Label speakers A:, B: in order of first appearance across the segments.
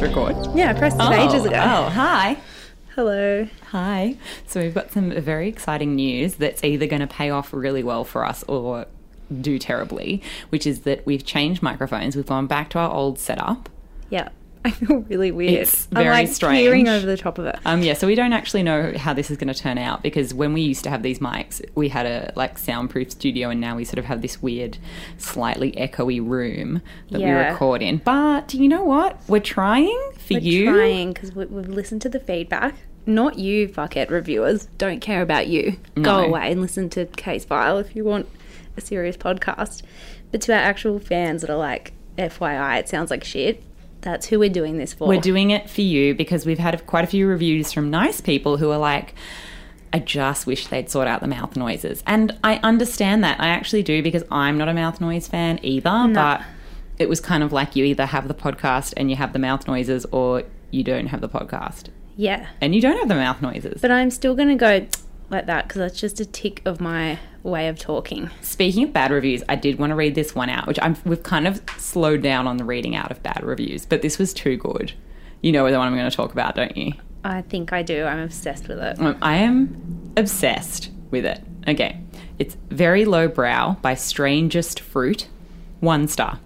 A: Yeah, I pressed it ages ago.
B: Oh, hi.
A: Hello.
B: Hi. So we've got some very exciting news that's either going to pay off really well for us or do terribly, which is that we've changed microphones. We've gone back to our old setup.
A: Yeah. I feel really weird.
B: It's
A: I'm
B: very
A: like
B: strange.
A: peering over the top of it.
B: Um, yeah, so we don't actually know how this is going to turn out because when we used to have these mics, we had a like soundproof studio, and now we sort of have this weird, slightly echoey room that we
A: Yeah.
B: record in. But you know what? We're trying for
A: We're
B: you.
A: trying because we, we've listened to the feedback. Not you, fuckhead reviewers. Don't care about you. Go
B: No.
A: away and listen to Case File if you want a serious podcast. But to our actual fans that are like, FYI, it sounds like shit. That's who we're doing this for.
B: We're doing it for you because we've had quite a few reviews from nice people who are like, I just wish they'd sort out the mouth noises. And I understand that. I actually do because I'm not a mouth noise fan either. But it was kind of like you either have the podcast and you have the mouth noises or you don't have the podcast
A: yeah.
B: and you don't have the mouth noises.
A: But I'm still going to go like that because that's just a tick of my way of talking.
B: Speaking of bad reviews, I did want to read this one out, which I'm, we've kind of slowed down on the reading out of bad reviews, but this was too good. You know the one I'm going to talk about, don't you?
A: I think I do. I'm obsessed with it.
B: Um, I am obsessed with it. Okay. It's Very Low Brow by Strangest Fruit, one star.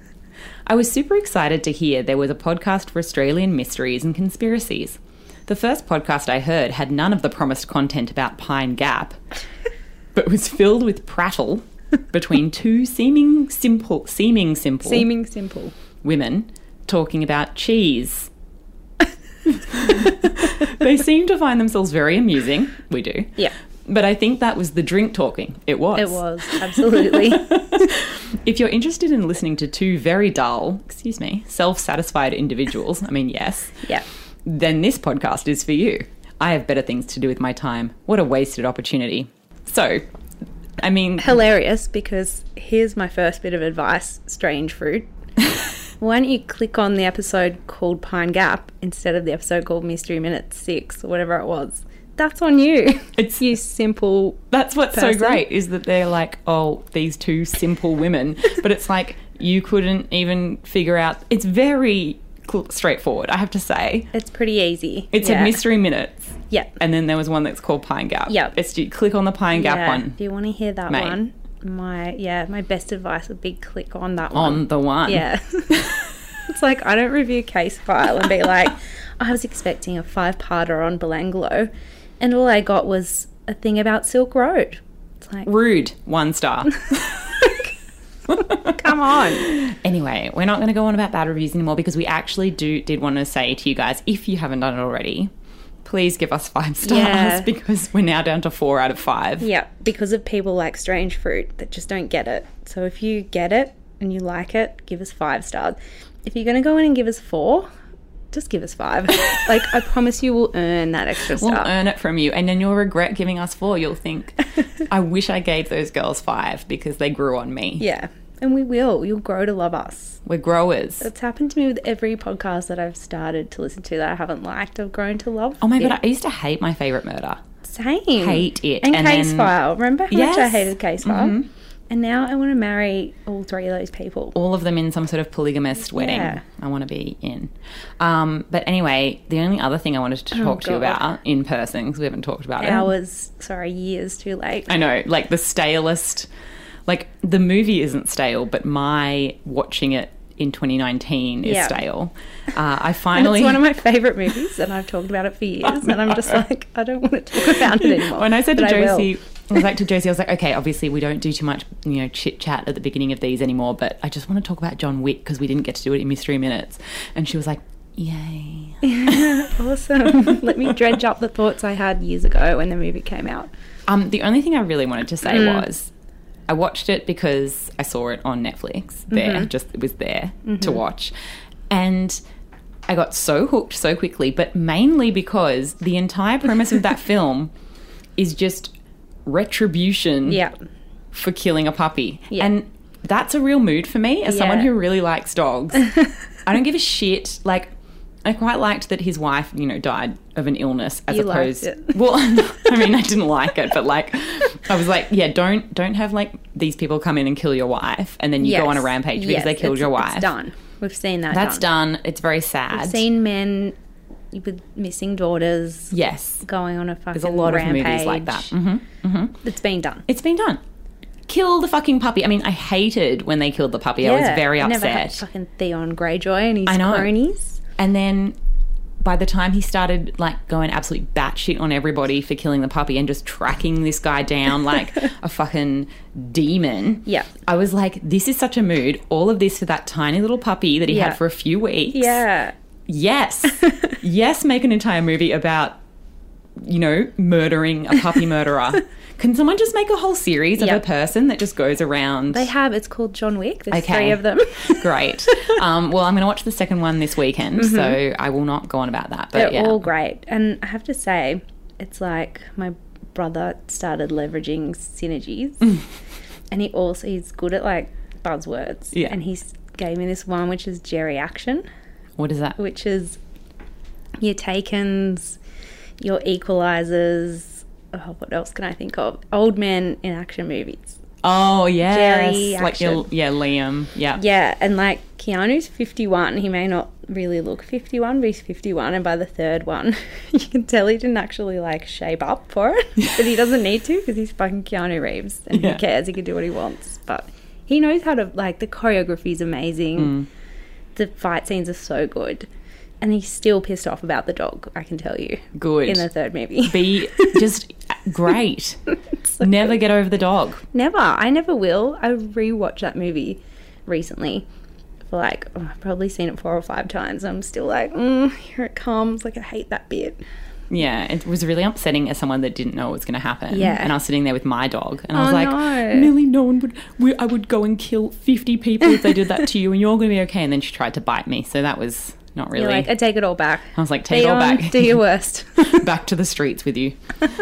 B: I was super excited to hear there was a podcast for Australian mysteries and conspiracies. The first podcast I heard had none of the promised content about Pine Gap, but was filled with prattle between two seeming simple, seeming simple
A: Seeming simple.
B: women talking about cheese. they seem to find themselves very amusing. We do.
A: Yeah.
B: But I think that was the drink talking. It was.
A: It was, absolutely.
B: If you're interested in listening to two very dull, excuse me, self satisfied individuals, I mean, yes,
A: yeah.
B: then this podcast is for you. I have better things to do with my time. What a wasted opportunity. So, I mean,
A: Hilarious because here's my first bit of advice strange fruit. Why don't you click on the episode called Pine Gap instead of the episode called Mystery Minute 6 or whatever it was? That's on you.
B: It's-
A: you simple.
B: That's what's
A: person.
B: so great is that they're like, oh, these two simple women. but it's like you couldn't even figure out. It's very cl- straightforward, I have to say.
A: It's pretty easy.
B: It's
A: yeah.
B: a mystery minutes,
A: Yeah.
B: and then there was one that's called Pine Gap.
A: Yep.
B: It's you click on the Pine Gap
A: yeah.
B: one
A: Do you want to hear that
B: Mate.
A: one? My yeah, my best advice would be click on that one.
B: on the one.
A: Yeah. it's like I don't review case file and be like, I was expecting a five parter on Belanglo and all I got was a thing about Silk Road. It's like
B: Rude, one star.
A: come on.
B: Anyway, we're not going to go on about bad reviews anymore because we actually do did want to say to you guys, if you haven't done it already, please give us five stars
A: Yeah.
B: because we're now down to four out of five.
A: Yeah, because of people like Strange Fruit that just don't get it. So if you get it and you like it, give us five stars. If you're gonna go in and give us four, just give us five. like I promise you we'll earn that extra star.
B: We'll earn it from you, and then you'll regret giving us four. You'll think, I wish I gave those girls five because they grew on me.
A: yeah. And we will. You'll grow to love us.
B: We're growers.
A: It's happened to me with every podcast that I've started to listen to that I haven't liked. I've grown to love.
B: Oh my god,
A: it.
B: I used to hate my favorite murder.
A: same.
B: hate it.
A: And,
B: And
A: Case
B: then-
A: File. Remember how much I
B: Yes. Mm-hmm.
A: hated Case File? And now I want to marry all three of those people.
B: All of them in some sort of polygamist wedding.
A: Yeah.
B: I want to be in. Um, but anyway, the only other thing I wanted to talk to you
A: Oh, God.
B: about in person because we haven't talked about it.
A: Hours, sorry, years too late.
B: I know, like the stalest. Like the movie isn't stale, but my watching it in 2019 is
A: Yeah.
B: stale. Uh, I
A: And
B: finally
A: it's one of my favorite movies, and I've talked about it for years. And I'm just like, I don't want to talk about it anymore.
B: when I said to
A: But will.
B: Josie, I was like to Josie, I was like, okay, obviously we don't do too much, you know, chit chat at the beginning of these anymore, but I just want to talk about John Wick because we didn't get to do it in Mystery Minutes. And she was like, yay.
A: awesome. Let me dredge up the thoughts I had years ago when the movie came out.
B: Um, the only thing I really wanted to say
A: Mm.
B: was I watched it because I saw it on Netflix. There,
A: Mm-hmm.
B: just it was there to watch, and I got so hooked so quickly. But mainly because the entire premise of that film is just retribution
A: Yeah.
B: for killing a puppy,
A: Yeah.
B: and that's a real mood for me as someone
A: Yeah.
B: who really likes dogs. I don't give a shit. Like, I quite liked that his wife, you know, died of an illness as
A: You liked
B: opposed.
A: it.
B: Well, I mean, I didn't like it, but like, I was like, yeah, don't don't have like these people come in and kill your wife, and then you
A: Yes.
B: go on a rampage because
A: Yes,
B: they killed
A: it's-
B: your
A: it's
B: wife.
A: done. We've seen that.
B: That's
A: done.
B: done. It's very sad.
A: We've seen men with missing daughters
B: yes.
A: going on a fucking
B: There's a lot
A: rampage.
B: of movies like that. hmm
A: It's been done.
B: It's been done. Kill the fucking puppy. I mean, I hated when they killed the puppy. I was very
A: never
B: upset.
A: had fucking Theon Greyjoy and his
B: I know.
A: cronies.
B: And then by the time he started like going absolute batshit on everybody for killing the puppy and just tracking this guy down like a fucking demon.
A: Yeah.
B: I was like, this is such a mood. All of this for that tiny little puppy that he
A: Yeah.
B: had for a few weeks.
A: Yeah.
B: Yes. yes, make an entire movie about, you know, murdering a puppy murderer. Can someone just make a whole series of
A: Yeah.
B: a person that just goes around?
A: They have. It's called John Wick. There's
B: Okay.
A: three of them.
B: Great. Um, well, I'm going to watch the second one this weekend, so I will not go on about that. But
A: Mm-hmm. They're
B: yeah.
A: all great. And I have to say, it's like my brother started leveraging synergies.
B: Mm.
A: and he also, he's good at like buzzwords.
B: Yeah.
A: And he gave me this one, which is Jerry Action,
B: what is that?
A: which is your takens, your equalizers. Oh, what else can I think of? Old men in action movies.
B: Oh yes,
A: Jerry
B: like your,
A: action.
B: yeah, Liam. Yeah.
A: Yeah, and like Keanu's 51. He may not really look 51, but he's 51. And by the third one, you can tell he didn't actually like shape up for it. but he doesn't need to because he's fucking Keanu Reeves and
B: Yeah.
A: he cares. He can do what he wants. But he knows how to, like, the choreography is amazing.
B: Mm.
A: The fight scenes are so good. And he's still pissed off about the dog, I can tell you,
B: Good.
A: in the third movie.
B: Be just great. Never get over the dog.
A: Never. I never will. I rewatched that movie recently for like, oh, I've probably seen it four or five times. I'm still like, mm, here it comes. Like, I hate that bit.
B: Yeah, it was really upsetting as someone that didn't know it was going to happen.
A: Yeah.
B: and I was sitting there with my dog, and I was
A: Oh,
B: like,
A: no.
B: "Millie, no one would. We, I would go and kill fifty people if they did that to you, and you're going to be okay." And then she tried to bite me, so that was not really.
A: You're like, I take it all back.
B: I was like, "Take it all
A: Leon,
B: back,
A: do your worst.
B: back to the streets with you."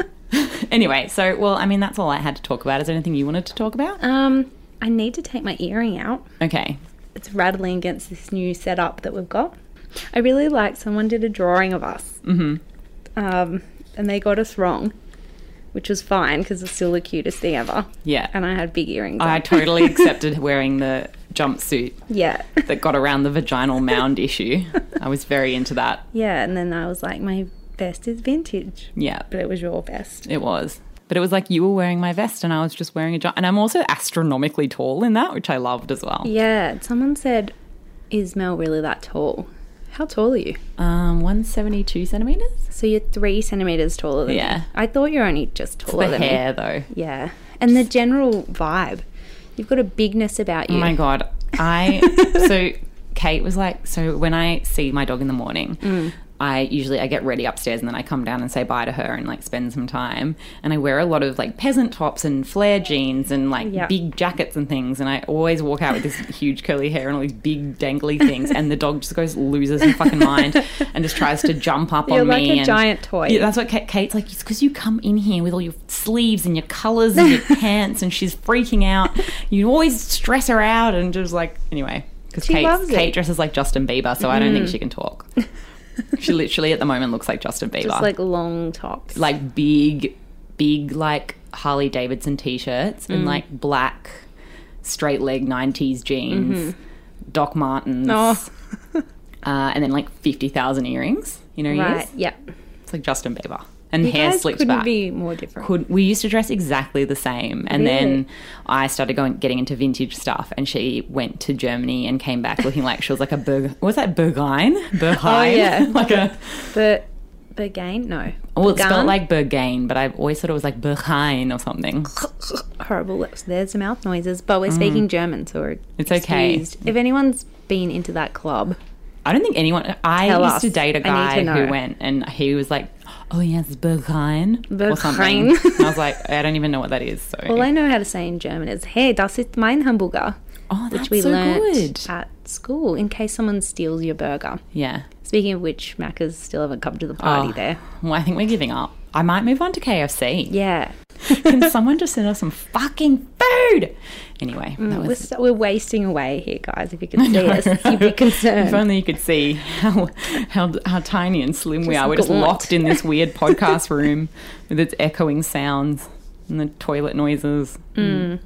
B: anyway, so well, I mean, that's all I had to talk about. Is there anything you wanted to talk about?
A: um, I need to take my earring out.
B: Okay,
A: It's rattling against this new setup that we've got. I really like someone did a drawing of us. Mm-hmm. Um, and they got us wrong, which was fine because it's still the cutest thing ever.
B: yeah,
A: And I had big earrings.
B: I
A: on.
B: totally accepted wearing the jumpsuit
A: yeah.
B: that got around the vaginal mound issue. I was very into that.
A: Yeah, and then I was like, my vest is vintage,
B: Yeah,
A: but it was your vest.
B: it was. But it was like you were wearing my vest and I was just wearing a jump. And I'm also astronomically tall in that, which I loved as well.
A: Yeah, someone said, is Mel really that tall? How tall are you?
B: Um, 172 centimeters?
A: So you're three centimeters taller than
B: Yeah.
A: me. I thought you're only just taller
B: the
A: than me.
B: hair, though.
A: Yeah, and the general vibe. You've got a bigness about you.
B: Oh my god. I so Kate was like, so when I see my dog in the morning,
A: Mm.
B: I usually I get ready upstairs and then I come down and say bye to her and like spend some time. And I wear a lot of like peasant tops and flare jeans and like
A: Yeah.
B: big jackets and things. And I always walk out with this huge curly hair and all these big dangly things. And the dog just goes loses her fucking mind and just tries to jump up
A: You're
B: on
A: like
B: me.
A: a
B: and-
A: giant toy.
B: Yeah, that's what Kate, Kate's like. It's because you come in here with all your sleeves and your colours and your pants, and she's freaking out. You always stress her out, and just like anyway, because
A: She
B: Kate,
A: loves it. Mm-hmm.
B: Kate dresses like Justin Bieber, so I don't think she can talk. she literally at the moment looks like Justin Bieber,
A: Just
B: like,
A: like long tops.
B: big, big like Harley Davidson t-shirts
A: Mm.
B: and like black straight leg '90s jeans, Doc Martens,
A: Mm-hmm. Oh.
B: uh, and then like fifty thousand earrings. You know, he is?
A: right. Yeah.
B: It's like Justin Bieber. And
A: You
B: hair
A: guys
B: slicked
A: couldn't
B: back.
A: be more different.
B: Could- we used to dress exactly the same, and
A: Really?
B: then I started going getting into vintage stuff. And she went to Germany and came back looking like she was like a Berg. what Was that Bergheim? Bergheim?
A: Oh, yeah.
B: like a
A: But Bergain, no.
B: well, it's
A: Bergan?
B: spelled like Bergain, but I always thought it was like Bergheim or something.
A: horrible lips. There's the mouth noises, but we're speaking German, so we're
B: Mm. It's okay.
A: excused. If anyone's been into that club,
B: I don't think anyone. I
A: Tell
B: used to
A: us.
B: date a
A: I
B: guy
A: need to
B: who
A: know.
B: went, and he was like, "Oh yes, Bergheim or something."
A: Berghain.
B: And I was like, I don't even know what that is. So
A: all I know how to say in German is "Hey, das ist mein Hamburger,"
B: oh, that's
A: which we
B: so
A: learnt
B: good.
A: at school in case someone steals your burger.
B: Yeah.
A: Speaking of which, Macca's still haven't come to the party
B: Oh,
A: there.
B: Well, I think we're giving up. I might move on to KFC.
A: Yeah,
B: Can someone just send us some fucking food? Anyway, that
A: we're,
B: was.
A: so, we're wasting away here, guys. If you could see us, you'd be
B: If
A: concerned.
B: only you could see how how, how tiny and slim we are. We're just
A: gaunt.
B: locked in this weird podcast room with its echoing sounds and the toilet noises, and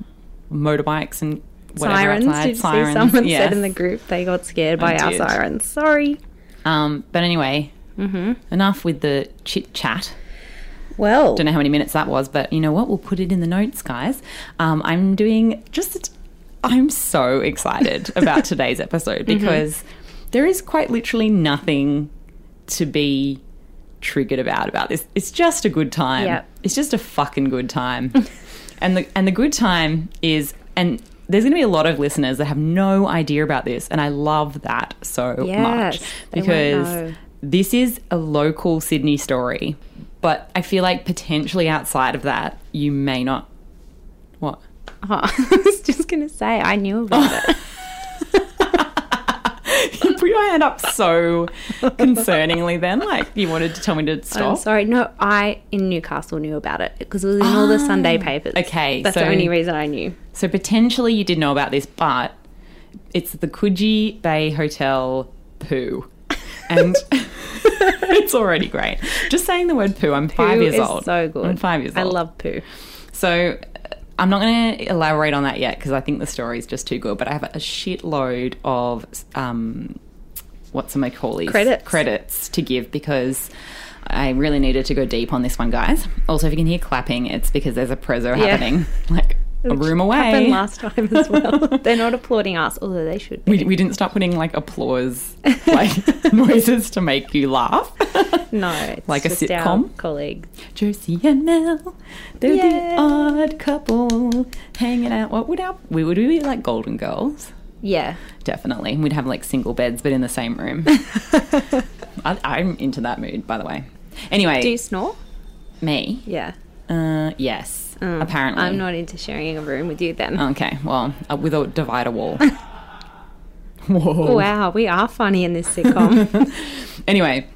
B: motorbikes and whatever
A: Mm. sirens.
B: outside.
A: Did you
B: sirens.
A: see someone
B: yes.
A: said in the group they got scared by
B: I
A: our
B: did.
A: sirens? Sorry.
B: Um, but anyway,
A: Mm-hmm.
B: enough with the chit chat.
A: Well,
B: Don't know how many minutes that was, but you know what? We'll put it in the notes, guys. Um, I'm doing just. I'm so excited about today's episode because there is quite literally nothing to be triggered about about this. It's just a good time.
A: Yep.
B: It's just a fucking good time. and the and the good time is and there's going to be a lot of listeners that have no idea about this and I love that so
A: Yes,
B: much
A: they won't
B: because
A: know.
B: this is a local Sydney story, but I feel like potentially outside of that you may not what
A: oh, I was just gonna say I knew about it.
B: you put your hand up so concerningly then like you wanted to tell me to
A: I'm
B: stop
A: sorry. No, I in Newcastle knew about it because it was in all the Sunday papers.
B: Ah. okay,
A: that's
B: so-
A: the only reason I knew.
B: So potentially you did know about this, but it's the Coogee Bay Hotel poo. And it's already great. Just saying the word poo, I'm five
A: Poo
B: years
A: is
B: old.
A: So good.
B: I'm five years
A: I
B: old.
A: love poo.
B: So uh, I'm not going to elaborate on that yet because I think the story is just too good. But I have a shitload of um, what's my callies
A: Credits.
B: credits to give because. I really needed to go deep on this one, guys. Also, if you can hear clapping, it's because there's a prezzo
A: Yeah.
B: happening, like a
A: Which
B: room away.
A: Happened last time as well. They're not applauding us, although they should. Be.
B: We, we didn't start putting like applause like noises to make you laugh.
A: No, it's
B: Like a
A: just our
B: sitcom?
A: colleagues.
B: Josie and Mel, they're
A: Yay.
B: the odd couple hanging out. What would our we would we be like Golden Girls?
A: Yeah,
B: Definitely, we'd have like single beds, but in the same room. I, I'm into that mood, by the way. Anyway,
A: do you snore?
B: me,
A: Yeah,
B: uh, yes,
A: Mm.
B: apparently.
A: I'm not into sharing a room with you then.
B: Okay, well, uh, with a divider wall. Whoa.
A: Oh, Wow, we are funny in this sitcom.
B: Anyway,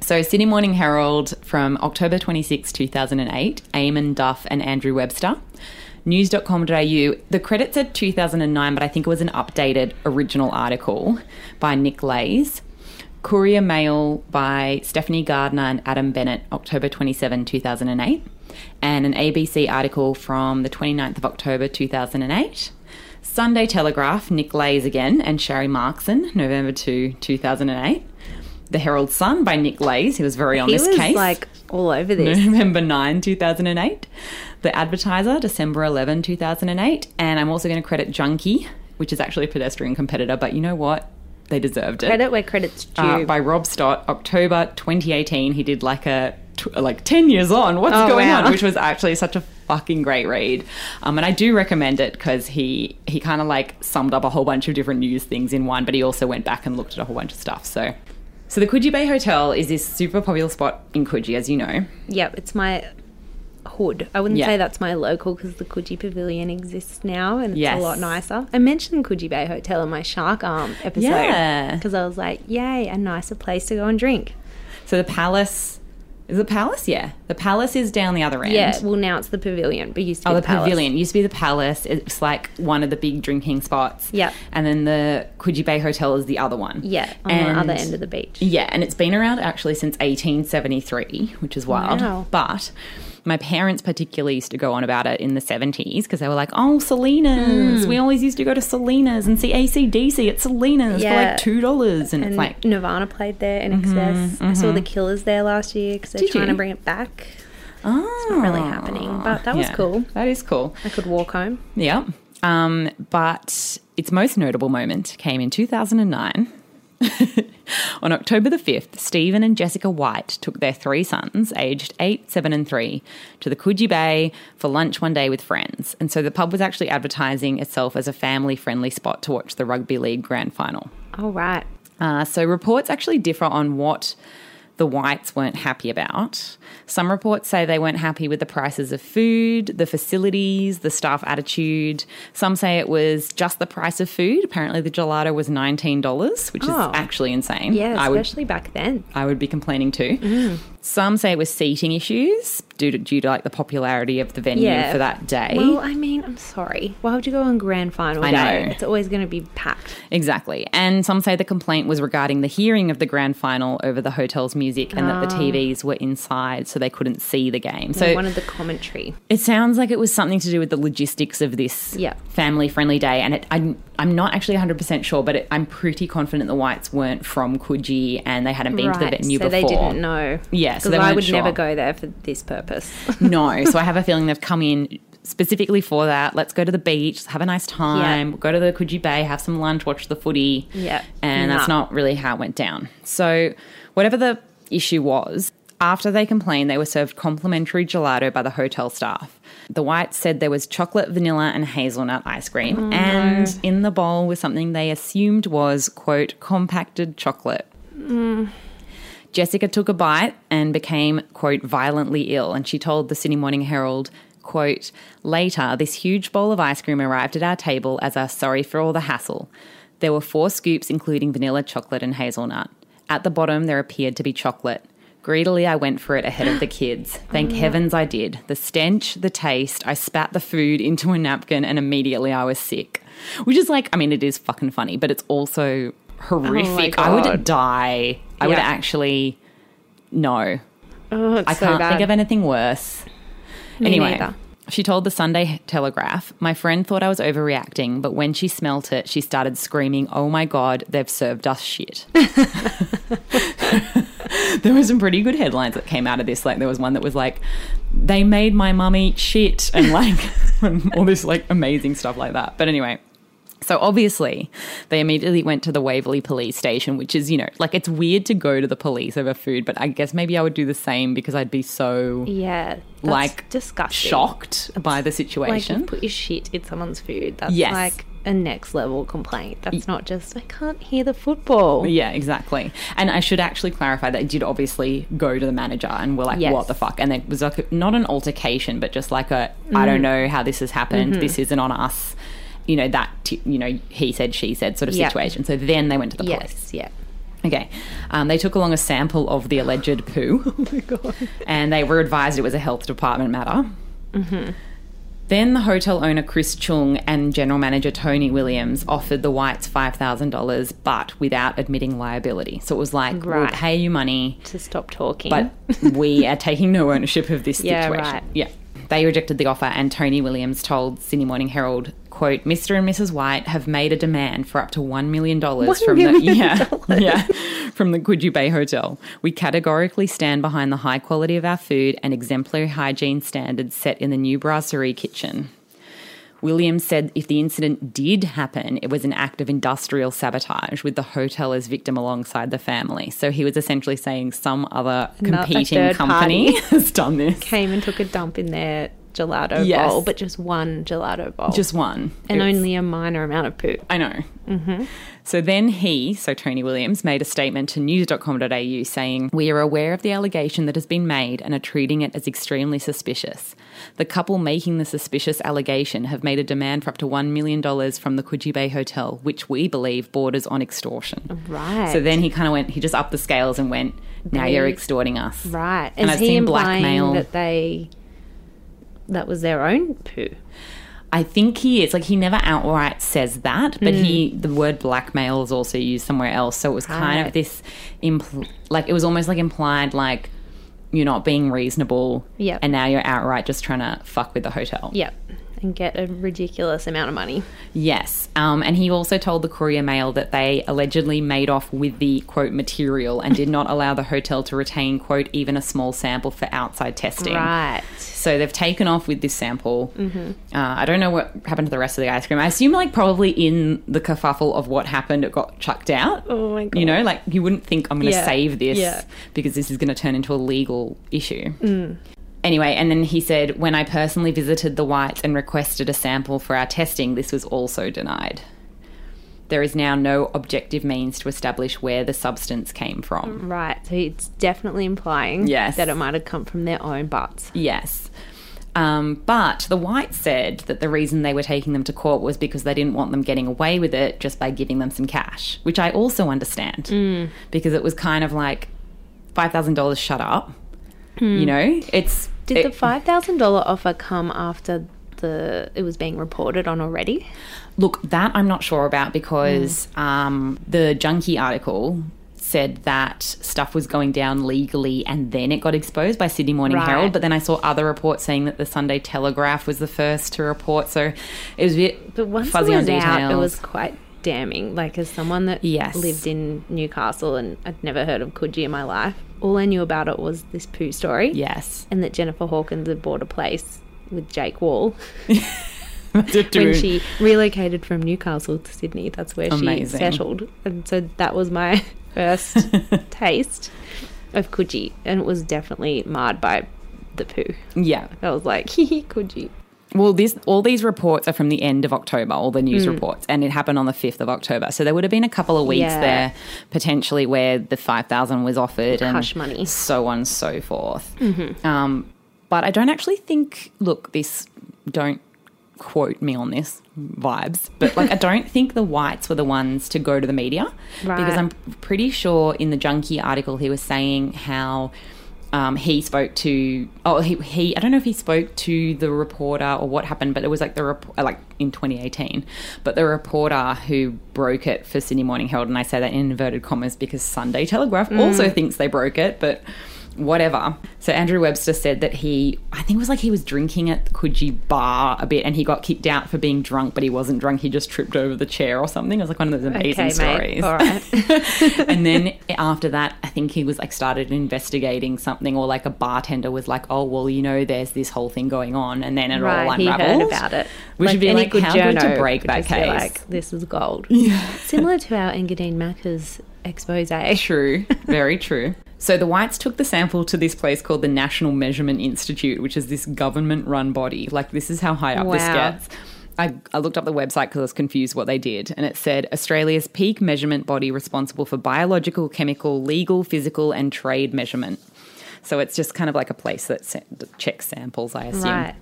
B: so Sydney Morning Herald from October 26, 2008, Eamon Duff and Andrew Webster. News.com.au. The credits are 2009, but I think it was an updated original article by Nick Lays. Courier Mail by Stephanie Gardner and Adam Bennett, October 27, 2008. And an ABC article from the 29th of October, 2008. Sunday Telegraph, Nick Lays again, and Sherry Markson, November 2, 2008. The Herald Sun by Nick Lays, he was very on
A: he
B: this
A: was
B: case.
A: like all over this.
B: November 9, 2008. The Advertiser, December 11, 2008. And I'm also going to credit Junkie, which is actually a pedestrian competitor, but you know what? They deserved it.
A: Credit where credit's due.
B: Uh, by Rob Stott, October 2018. He did like a tw- like 10 years on. What's
A: Oh,
B: going
A: wow.
B: on? Which was actually such a fucking great read. Um, and I do recommend it because he he kind of like summed up a whole bunch of different news things in one, but he also went back and looked at a whole bunch of stuff. So. So the Coogee Bay Hotel is this super popular spot in Coogee, as you know.
A: yep, it's my hood. I wouldn't
B: Yeah.
A: say that's my local because the Coogee Pavilion exists now and it's
B: Yes.
A: a lot nicer. I mentioned Coogee Bay Hotel in my Shark Arm episode
B: Yeah.
A: because I was like, yay, a nicer place to go and drink.
B: So the palace is the palace, yeah. The palace is down the other end.
A: Yeah, well, now it's the pavilion, but it used to be
B: Oh, the,
A: the palace.
B: pavilion used to be the palace. It's like one of the big drinking spots.
A: Yep.
B: And then the Coogee Bay Hotel is the other one.
A: Yeah, on
B: And-
A: the other end of the beach.
B: Yeah, and it's been around actually since 1873, which is wild.
A: Wow.
B: But my parents particularly used to go on about it in the 70s because they were like, oh, Selena's.
A: Hmm.
B: We always used to go to Selena's and see ACDC at Selena's
A: Yeah.
B: for like $2. And, it's
A: And
B: like, Mm-hmm,
A: Nirvana played there in excess. I saw the Killers there last year because they're
B: Did
A: trying
B: you?
A: to bring it back.
B: oh.
A: not really happening, but that was cool.
B: "Ah." That is cool.
A: I could walk home.
B: Yeah. Um, but its most notable moment came in 2009. On October the 5th, Stephen and Jessica White took their three sons, aged 8, 7, and 3, to the Coogee Bay for lunch one day with friends. And so the pub was actually advertising itself as a family friendly spot to watch the Rugby League Grand Final.
A: All right.
B: Uh, so reports actually differ on what the whites weren't happy about. Some reports say they weren't happy with the prices of food, the facilities, the staff attitude. Some say it was just the price of food. Apparently, the gelato was nineteen dollars, which
A: Oh.
B: is actually insane.
A: Yeah, Mm-hmm.
B: I would
A: especially back then.
B: I would be complaining too. Some say it was seating issues. due to, due to like the popularity of the venue
A: Yeah.
B: for that day.
A: Well, I mean, I'm sorry. Why would you go on grand final
B: I
A: day?
B: know.
A: It's always going to be packed.
B: Exactly. And some say the complaint was regarding the hearing of the grand final over the hotel's music and that the
A: Ah.
B: TVs were inside so they couldn't see the game. So
A: They wanted the commentary.
B: it sounds like it was something to do with the logistics of this
A: Yeah.
B: family friendly day. And it, I'm, I'm not actually 100% sure, but it, I'm pretty confident the Whites weren't from Coogee and they hadn't been to the venue before.
A: so they didn't know.
B: Yeah, so
A: because
B: they
A: I
B: weren't
A: would never
B: sure.
A: go there for this purpose.
B: No. So I have a feeling they've come in specifically for that. Let's go to the beach, have a nice time, go to the Coogee Bay, have some lunch, watch the footy.
A: Yeah.
B: And that's
A: Nah.
B: not really how it went down. So, whatever the issue was, after they complained, they were served complimentary gelato by the hotel staff. The Whites said there was chocolate, vanilla, and hazelnut ice cream.
A: Oh,
B: and in the bowl was something they assumed was, quote, compacted chocolate. Jessica took a bite and became, quote, violently ill. And she told the Sydney Morning Herald, quote, later, this huge bowl of ice cream arrived at our table as our sorry for all the hassle. There were four scoops, including vanilla, chocolate, and hazelnut. At the bottom, there appeared to be chocolate. Greedily, I went for it ahead of the kids. Thank heavens I did. The stench, the taste, I spat the food into a napkin and immediately I was sick. Which is like, I mean, it is fucking funny, but it's also horrific. I would
A: God.
B: die. I would
A: Yeah.
B: actually no.
A: oh, it's
B: I
A: so
B: can't
A: bad.
B: think of anything worse. anyway,
A: neither.
B: she told the Sunday Telegraph, "My friend thought I was overreacting, but when she smelt it, she started screaming, "Oh my god, they've served us shit." there were some pretty good headlines that came out of this. Like there was one that was like, "They made my mum eat shit," and like all this like amazing stuff like that. But anyway. So obviously, they immediately went to the Waverley police station, which is, you know, like it's weird to go to the police over food, but I guess maybe I would do the same because I'd be so
A: Yeah, that's
B: like
A: disgusting.
B: shocked by the
A: Like
B: situation.
A: you put your shit in someone's food. That's
B: Yes.
A: like a next level complaint. That's not just I can't hear the football.
B: yeah, exactly. And I should actually clarify that I did obviously go to the manager and we're like,
A: Yes.
B: what the fuck? And it was like a, not an altercation, but just like a I
A: Mm.
B: don't know how this has happened.
A: Mm-hmm.
B: This isn't on us. You know that t- you know he said she said sort of
A: Yeah.
B: situation. So then they went to the police.
A: Yes, yeah.
B: Okay. Um, they took along a sample of the alleged poo. oh my God. And they were advised it was a health department matter. Mm-hmm. Then the hotel owner Chris Chung and general manager Tony Williams offered the Whites $5,000, but without admitting liability. So it was like, we'll
A: Right.
B: pay you money,
A: To stop talking.
B: but we are taking no ownership of this
A: Yeah,
B: situation.
A: right.
B: Yeah. They rejected the offer, and Tony Williams told Sydney Morning Herald, "quote Mr. and Mrs. White have made a demand for up to one million dollars from the
A: million
B: yeah, yeah from the Coogee Bay Hotel. We categorically stand behind the high quality of our food and exemplary hygiene standards set in the new brasserie kitchen." Williams said if the incident did happen, it was an act of industrial sabotage with the hotel as victim alongside the family. So he was essentially saying some other
A: a
B: competing
A: third
B: company has done this.
A: came and took a dump in their gelato
B: Yes.
A: bowl, but just one gelato bowl.
B: Just one.
A: and
B: It was-
A: only a minor amount of poop.
B: I know. So then he, so Tony Williams, made a statement to news.com.au saying, We are aware of the allegation that has been made and are treating it as extremely suspicious. The couple making the suspicious allegation have made a demand for up to $1 million from the Coogee Bay Hotel, which we believe borders on extortion.
A: Right.
B: So then he kind of went, he just upped the scales and went, Now
A: They-
B: you're extorting us.
A: Right.
B: And
A: Is
B: I've
A: he
B: seen
A: implying
B: blackmail.
A: that they that was their own poo?
B: I think he is. Like he never outright says that, but he the word blackmail is also used somewhere else. So it was kind of
A: Hmm. Right.
B: this impl- like it was almost like implied like you're not being reasonable.
A: Yep.
B: And now you're outright just trying to fuck with the hotel.
A: Yep. And get a ridiculous amount of money.
B: Yes. Um, and he also told the Courier Mail that they allegedly made off with the quote material and did not allow the hotel to retain quote even a small sample for outside testing.
A: Right.
B: So they've taken off with this sample.
A: Mm-hmm.
B: Uh, I don't know what happened to the rest of the ice cream. I assume, like, probably in the kerfuffle of what happened, it got chucked out.
A: Oh my God.
B: You know, like, you wouldn't think I'm going to
A: Yeah.
B: save this
A: Yeah. Mm.
B: because this is going to turn into a legal issue. Anyway, and then he said, when I personally visited the Whites and requested a sample for our testing, this was also denied. There is now no objective means to establish where the substance came from.
A: Right. So it's definitely implying
B: Yes.
A: that it might have come from their own butts.
B: Yes. Um, but the Whites said that the reason they were taking them to court was because they didn't want them getting away with it just by giving them some cash, which I also understand
A: Mm.
B: because it was kind of like $5,000 shut up. You know, it's
A: Mm. Did the
B: It-
A: five thousand dollar offer come after the it was being reported on already?
B: Look, that I'm not sure about because
A: Mm.
B: um, the junkie article said that stuff was going down legally and then it got exposed by Sydney Morning
A: Right.
B: Herald. But then I saw other reports saying that the Sunday Telegraph was the first to report. So it was a bit
A: But once
B: fuzzy
A: it
B: on
A: was
B: details.
A: out, it was quite damning. Like as someone that
B: Yes.
A: lived in Newcastle and I'd never heard of Coogee in my life, all I knew about it was this poo story
B: Yes.
A: and that Jennifer Hawkins had bought a place with Jake Wall when
B: When
A: she relocated from Newcastle to Sydney. That's where she
B: Amazing.
A: settled, and so that was my first taste of Coogee, and it was definitely marred by the poo.
B: yeah.
A: I was like, hee hee, Coogee.
B: Well, this all these reports are from the end of October, all the
A: Mm.
B: news reports, and it happened on the fifth of October. So there would have been a couple of weeks
A: Yeah.
B: there potentially where the five thousand was offered and
A: Hush money. Mm-hmm.
B: so on and so forth. Um, but I don't actually think. Look, this don't quote me on this vibes, but like I don't think the whites were the ones to go to the media
A: Right.
B: because I'm pretty sure in the junkie article he was saying how um, he spoke to oh he, he I don't know if he spoke to the reporter or what happened but it was like the rep- uh, like in 2018 but the reporter who broke it for Sydney Morning Herald and I say that in inverted commas because Sunday Telegraph also thinks they broke it but whatever so Andrew Webster said that he I think it was like he was drinking at the Coogee bar a bit and he got kicked out for being drunk but he wasn't drunk he just tripped over the chair or something it was like one of those amazing stories
A: All right.
B: and then after that, I think he was like started investigating something, or like a bartender was like, "Oh, well, you know, there's this whole thing going on," and then it all
A: he
B: unraveled.
A: heard about it.
B: We should be
A: any
B: like, how good to
A: journo
B: break
A: would
B: that
A: just be
B: case.
A: Like, this is gold. Yeah. Similar to our Engadine Macca's expose.
B: True, very true. So the whites took the sample to this place called the National Measurement Institute, which is this government-run body. Like this is how high up this
A: Wow.
B: gets. I, I looked up the website because I was confused what they did, and it said Australia's peak measurement body responsible for biological, chemical, legal, physical, and trade measurement. So it's just kind of like a place that, sa- that checks samples, I assume.
A: Right.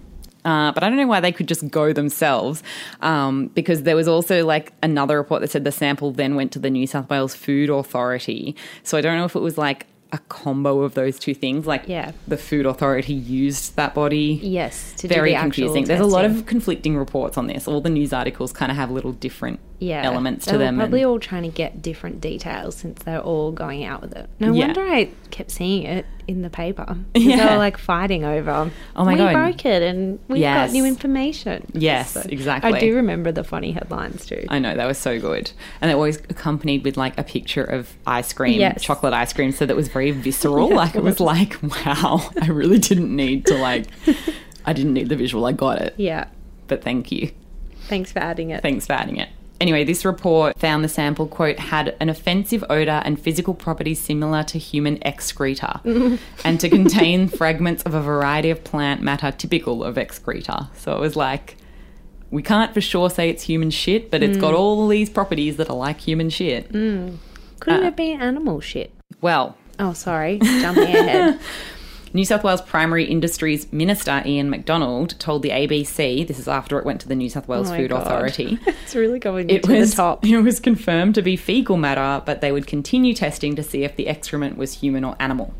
B: Uh, but I don't know why they could just go themselves um, because there was also like another report that said the sample then went to the New South Wales Food Authority. So I don't know if it was like a combo of those two things. Like
A: Yeah.
B: the Food Authority used that body.
A: Yes. To
B: Very
A: do the actual
B: confusing. There's a lot
A: testing.
B: of conflicting reports on this. All the news articles kind of have little different
A: yeah,
B: elements
A: They
B: to
A: were
B: them. and-
A: Probably all trying to get different details since they're all going out with it. No
B: Yeah.
A: wonder I kept seeing it in the paper. 'Cause They
B: Yeah.
A: were like fighting over.
B: Oh my
A: we
B: God.
A: broke it and we've
B: Yes.
A: got new information.
B: Yes,
A: I
B: exactly.
A: do remember the funny headlines too.
B: I know they were so good, and they were always accompanied with like a picture of ice cream,
A: Yes.
B: chocolate ice cream. So that was very visceral. like it was like, wow, I really didn't need to like, I didn't need the visual. I got it,
A: yeah.
B: but thank you.
A: Thanks for adding it.
B: Thanks for adding it. Anyway, this report found the sample, quote, had an offensive odour and physical properties similar to human excreta and to contain fragments of a variety of plant matter typical of excreta. So it was like, we can't for sure say it's human shit, but it's got
A: Mm.
B: all these properties that are like human shit.
A: Couldn't
B: Uh,
A: it be animal shit?
B: Well,
A: Oh, sorry, jumping ahead.
B: New South Wales Primary Industries Minister Ian MacDonald told the ABC, this is after it went to the New South Wales
A: Oh my
B: Food
A: God.
B: Authority.
A: It's really going
B: It
A: to
B: was,
A: the top.
B: it was confirmed to be fecal matter, but they would continue testing to see if the excrement was human or animal.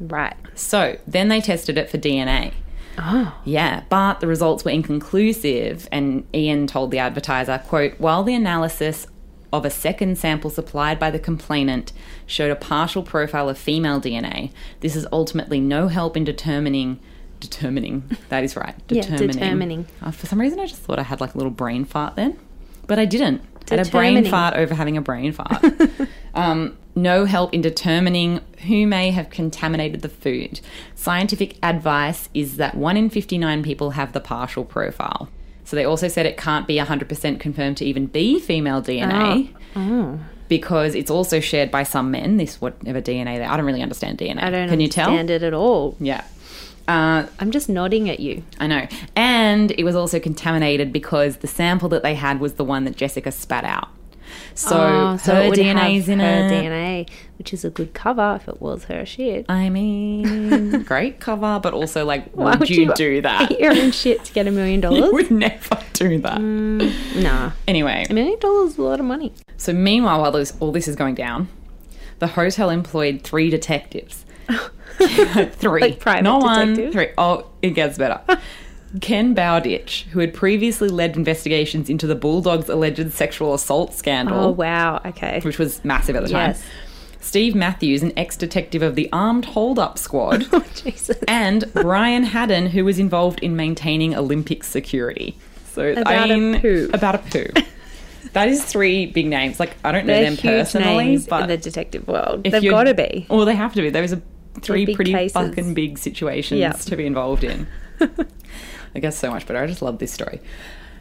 A: Right.
B: So then they tested it for DNA.
A: Oh,
B: Yeah, but the results were inconclusive, and Ian told the advertiser, quote, while the analysis of a second sample supplied by the complainant showed a partial profile of female DNA, this is ultimately no help in determining determining. That is right.
A: Yeah,
B: Determining.
A: determining.
B: Uh, for some reason I just thought I had like a little brain fart then. But I didn't. I Had a brain
A: Determining.
B: fart over having a brain fart. um, no help in determining who may have contaminated the food. Scientific advice is that 1 in 59 people have the partial profile. So they also said it can't be 100% confirmed to even be female
A: Ah.
B: DNA
A: Oh.
B: because it's also shared by some men, this whatever DNA they I don't really understand DNA.
A: I don't
B: Can you tell?
A: understand it at all.
B: Yeah. Uh,
A: I'm just nodding at you.
B: I know. And it was also contaminated because the sample that they had was the one that Jessica spat out. So,
A: Oh,
B: her
A: it would
B: DNA's
A: have
B: in
A: her
B: it.
A: DNA, which is a good cover if it was her shit.
B: I mean, great cover, but also like,
A: Why
B: Oh, would,
A: would
B: you,
A: you
B: do that?
A: Eat your own shit to get a million
B: You
A: dollars?
B: would never do that.
A: Mm. Nah,
B: Anyway,
A: a million dollars is a lot of money.
B: so meanwhile, while this, all this is going down, the hotel employed three detectives three.
A: Like private
B: Not one,
A: detective.
B: three. Oh, it gets better. Ken Bowditch, who had previously led investigations into the Bulldogs' alleged sexual assault scandal,
A: Oh wow. Okay.
B: which was massive at the time.
A: Yes.
B: Steve Matthews, an ex detective of the Armed Hold Up Squad,
A: Oh Jesus.
B: and Brian Haddon, who was involved in maintaining Olympic security. So I
A: About a
B: mean,
A: poo.
B: about a poo. that is three big names. Like I don't know
A: They're
B: them
A: huge
B: personally,
A: names
B: but
A: in the detective world.
B: if
A: They've
B: you're-
A: got to be.
B: Well, they have to be. Those are three
A: big
B: pretty
A: cases.
B: fucking big situations
A: Yeah.
B: to be involved in. I guess so much better. I just love this story.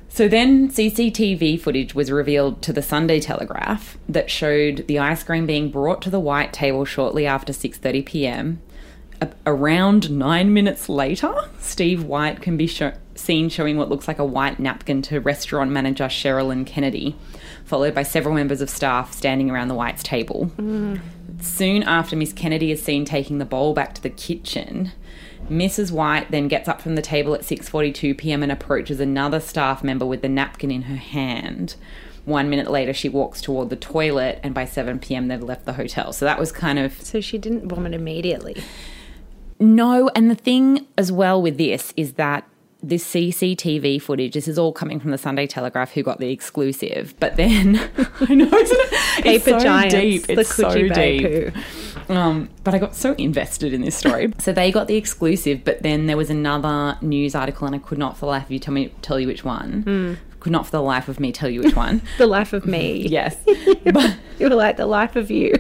B: So then CCTV footage was revealed to the Sunday Telegraph that showed the ice cream being brought to the white table shortly after 6:30 p.m. A- around 9 minutes later, Steve White can be sho- seen showing what looks like a white napkin to restaurant manager Sherilyn Kennedy, followed by several members of staff standing around the White's table. Soon after Miss Kennedy is seen taking the bowl back to the kitchen, Mrs. White then gets up from the table at 6:42 p.m. and approaches another staff member with the napkin in her hand. 1 minute later she walks toward the toilet and by 7 p.m. they've left the hotel. So that was kind of
A: So she didn't vomit immediately.
B: no, and the thing as well with this is that this CCTV footage, this is all coming from the Sunday Telegraph, who got the exclusive. But then, I know, isn't it? It's
A: Paper
B: so
A: giants.
B: deep.
A: the
B: It's so
A: Coogee Bay
B: deep.
A: poo.
B: Um, but I got so invested in this story. so they got the exclusive, but then there was another news article, and I could not for the life of you tell me tell you which one.
A: Hmm.
B: Could not for the life of me tell you which one.
A: The life of me.
B: yes,
A: You were like the life of you,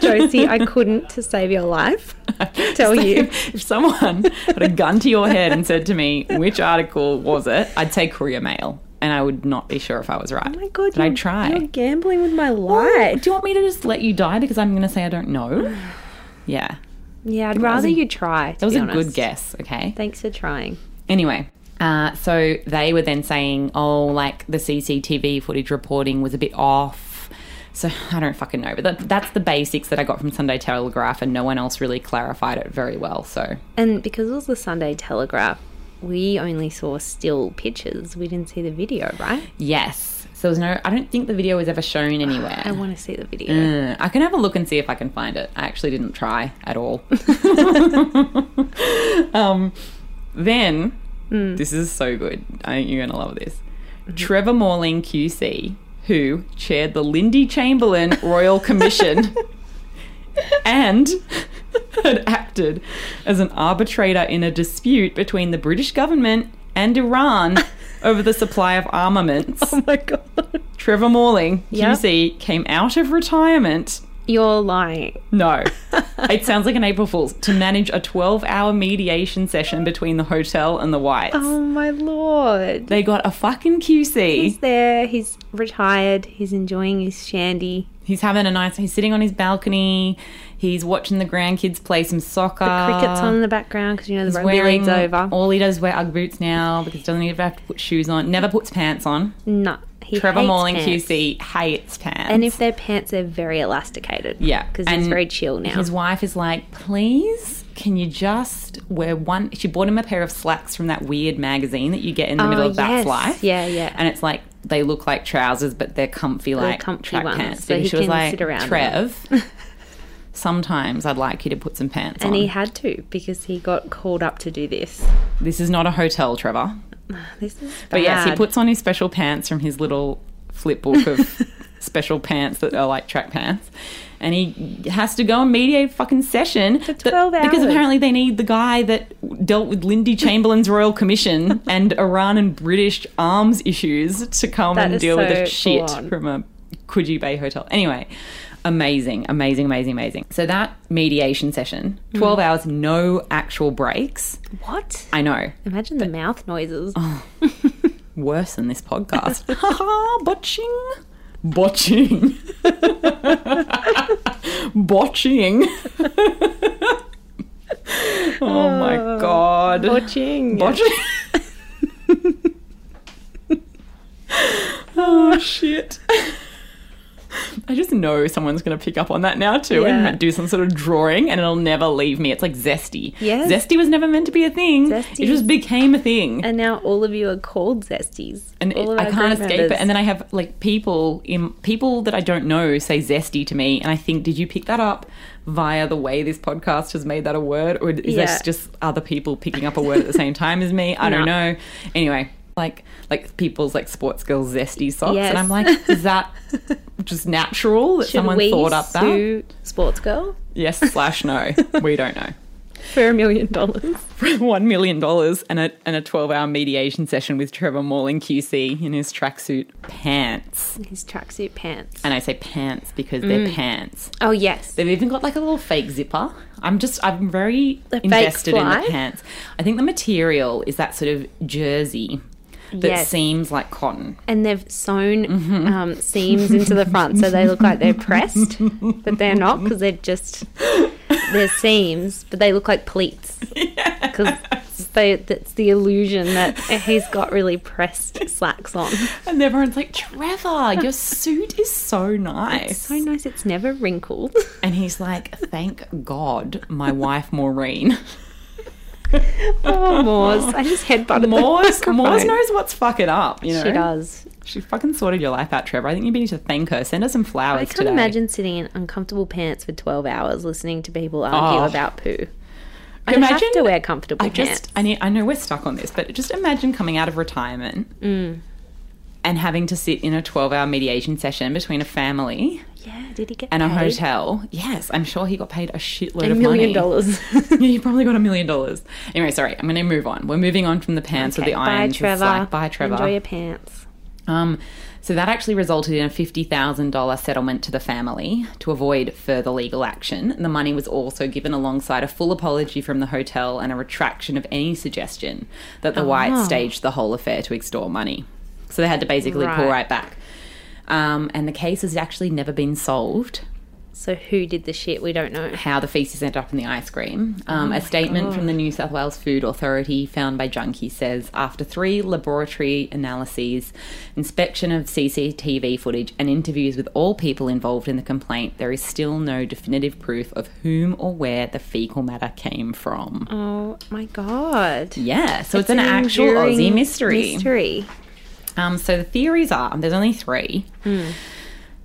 A: Josie. I couldn't to save your life. Tell
B: It's like
A: you. Oh
B: if, if someone put a gun to your head and said to me which article was it i'd say courier mail and i would not be sure if i was right
A: Oh my god,
B: but
A: you're,
B: i'd try
A: You're gambling with my
B: do
A: life.
B: you want me to just let you die because i'm going to say i don't know yeah
A: Yeah, I'd rather you try.
B: that was a good guess okay
A: Thanks for trying.
B: Anyway, uh, so they were then saying, oh, like the CCTV footage reporting was a bit off. So I don't fucking know, but that, that's the basics that I got from Sunday Telegraph, and no one else really clarified it very well. So
A: And because it was the Sunday Telegraph, we only saw still pictures. We didn't see the video, right?
B: yes, so there was no. I don't think the video was ever shown anywhere.
A: I want to see the video.
B: Mm, I can have a look and see if I can find it. I actually didn't try at all. um, then,
A: Mm.
B: this is so good. I think you're going to love this.
A: Mm-hmm.
B: Trevor Morling QC, who chaired the Lindy Chamberlain Royal Commission and had acted as an arbitrator in a dispute between the British government and Iran over the supply of armaments.
A: Oh my god.
B: Trevor Morling,
A: Yep.
B: QC, came out of retirement.
A: You're lying.
B: No. it sounds like an April Fool's to manage a 12 hour mediation session between the hotel and the Whites.
A: Oh my lord.
B: They got a fucking QC.
A: He's there, he's retired, he's enjoying his shandy.
B: He's having a nice, he's sitting on his balcony. He's watching the grandkids play some soccer.
A: Crickets on in the background because you know the
B: Uh, He's
A: rugby league's over.
B: All he does is wear Ugg boots now because he doesn't even have to put shoes on. Never puts pants on.
A: no, he
B: Trevor
A: hates
B: Morling
A: pants.
B: QC hates pants.
A: And if they're pants, they're very elasticated.
B: Yeah,
A: because
B: and
A: he's very chill now.
B: His wife is like, please, can you just wear one? She bought him a pair of slacks from that weird magazine that you get in the
A: Oh,
B: middle of That's
A: yes.
B: Life.
A: Yeah, yeah.
B: And it's like, they look like trousers, but they're comfy, like
A: comfy
B: track
A: ones,
B: pants.
A: so
B: And
A: he
B: she was
A: can
B: like,
A: sit around in
B: Trev, sometimes I'd like you to put some pants
A: and
B: on.
A: he had to because he got called up to do this.
B: this is not a hotel, Trevor.
A: This is
B: But yes, he
A: bad.
B: puts on his special pants from his little flip book of special pants that are like track pants. And he has to go and mediate a fucking session for
A: 12
B: because
A: hours.
B: apparently they need the guy that dealt with Lindy Chamberlain's Royal Commission and Iran and British arms issues to come
A: That
B: and
A: is
B: deal with
A: so
B: the shit
A: full on.
B: from a Coogee Bay hotel. Anyway, amazing, amazing, amazing, amazing. So that mediation session,
A: Hmm.
B: 12 hours, no actual breaks.
A: what?
B: I know,
A: Imagine the mouth noises.
B: Oh. worse than this podcast. Ha ha, botching. Botching. botching. oh my
A: Uh,
B: god.
A: Watching.
B: Botching. oh shit. I just know someone's going to pick up on that now too
A: Yeah.
B: and do some sort of drawing and it'll never leave me. It's like zesty.
A: Yes.
B: Zesty was never meant to be a thing.
A: Zesty.
B: It just became a thing.
A: And now all of you are called zesties.
B: and
A: all
B: it,
A: of
B: I
A: our
B: can't
A: group
B: escape it.
A: members.
B: And then I have like people in people that I don't know say zesty to me, and I think, did you pick that up via the way this podcast has made that a word, or is
A: Yeah.
B: this just other people picking up a word at the same time as me? I don't
A: No.
B: know. Anyway, like like people's like sports girls zesty socks,
A: Yes.
B: and I'm like, is that just natural that
A: Should
B: someone
A: we
B: thought up that?
A: sue Sports Girl
B: Yes slash no, we don't know.
A: for a million dollars.
B: One million dollars and a and a twelve hour mediation session with Trevor Morling QC in his tracksuit pants.
A: His tracksuit pants.
B: and I say pants because they're pants.
A: Oh yes.
B: Mm. They've even got like a little fake zipper. I'm just I'm very
A: The fake
B: invested in the
A: fly?
B: pants. I think the material is that sort of jersey that
A: Yes.
B: seems like cotton.
A: And they've sewn
B: Mm-hmm.
A: um, seams into the front so they look like they're pressed, but they're not because they're just they're seams, but they look like pleats because they that's the illusion that he's got really pressed slacks on.
B: And everyone's like, Trevor, your suit is so nice.
A: So nice, it's never wrinkled.
B: and he's like, Thank God, my wife Maureen.
A: Oh, Moors, I just headbutted
B: Moors,
A: the
B: Moors
A: microphone.
B: knows what's fucking up, you know.
A: She does.
B: She fucking sorted your life out, Trevor. I think you need to thank her. Send her some flowers
A: I can't
B: Oh, today.
A: imagine sitting in uncomfortable pants for 12 hours listening to people argue
B: Oh.
A: about poo. I don't have
B: Imagine-
A: to wear comfortable
B: I
A: pants.
B: just, I, need, I know we're stuck on this, but just imagine coming out of retirement
A: Mm.
B: and having to sit in a 12 hour mediation session between a family
A: yeah, did he get
B: and a
A: paid?
B: hotel. Yes, I'm sure he got paid a shitload
A: A
B: of
A: million
B: money.
A: dollars.
B: Yeah, he probably got a million dollars. Anyway, sorry, I'm going to move on. We're moving on from the pants with the irons. It's like, bye, Trevor.
A: Enjoy your pants.
B: Um, so that actually resulted in a $50,000 settlement to the family to avoid further legal action. The money was also given alongside a full apology from the hotel and a retraction of any suggestion that the Whites staged the whole affair to extort money. So they had to basically pull
A: Right.
B: right back. Um, and the case has actually never been solved
A: So who did the shit? We don't know.
B: how the feces ended up in the ice cream. Um, a statement from the New South Wales Food Authority found by Junkie says after three laboratory analyses, inspection of CCTV footage, and interviews with all people involved in the complaint, there is still no definitive proof of whom or where the fecal matter came from.
A: Oh my god.
B: Yeah, so it's, an, actual
A: enduring
B: Aussie mystery.
A: Mystery.
B: Um, so the theories are there's only three.
A: Hmm.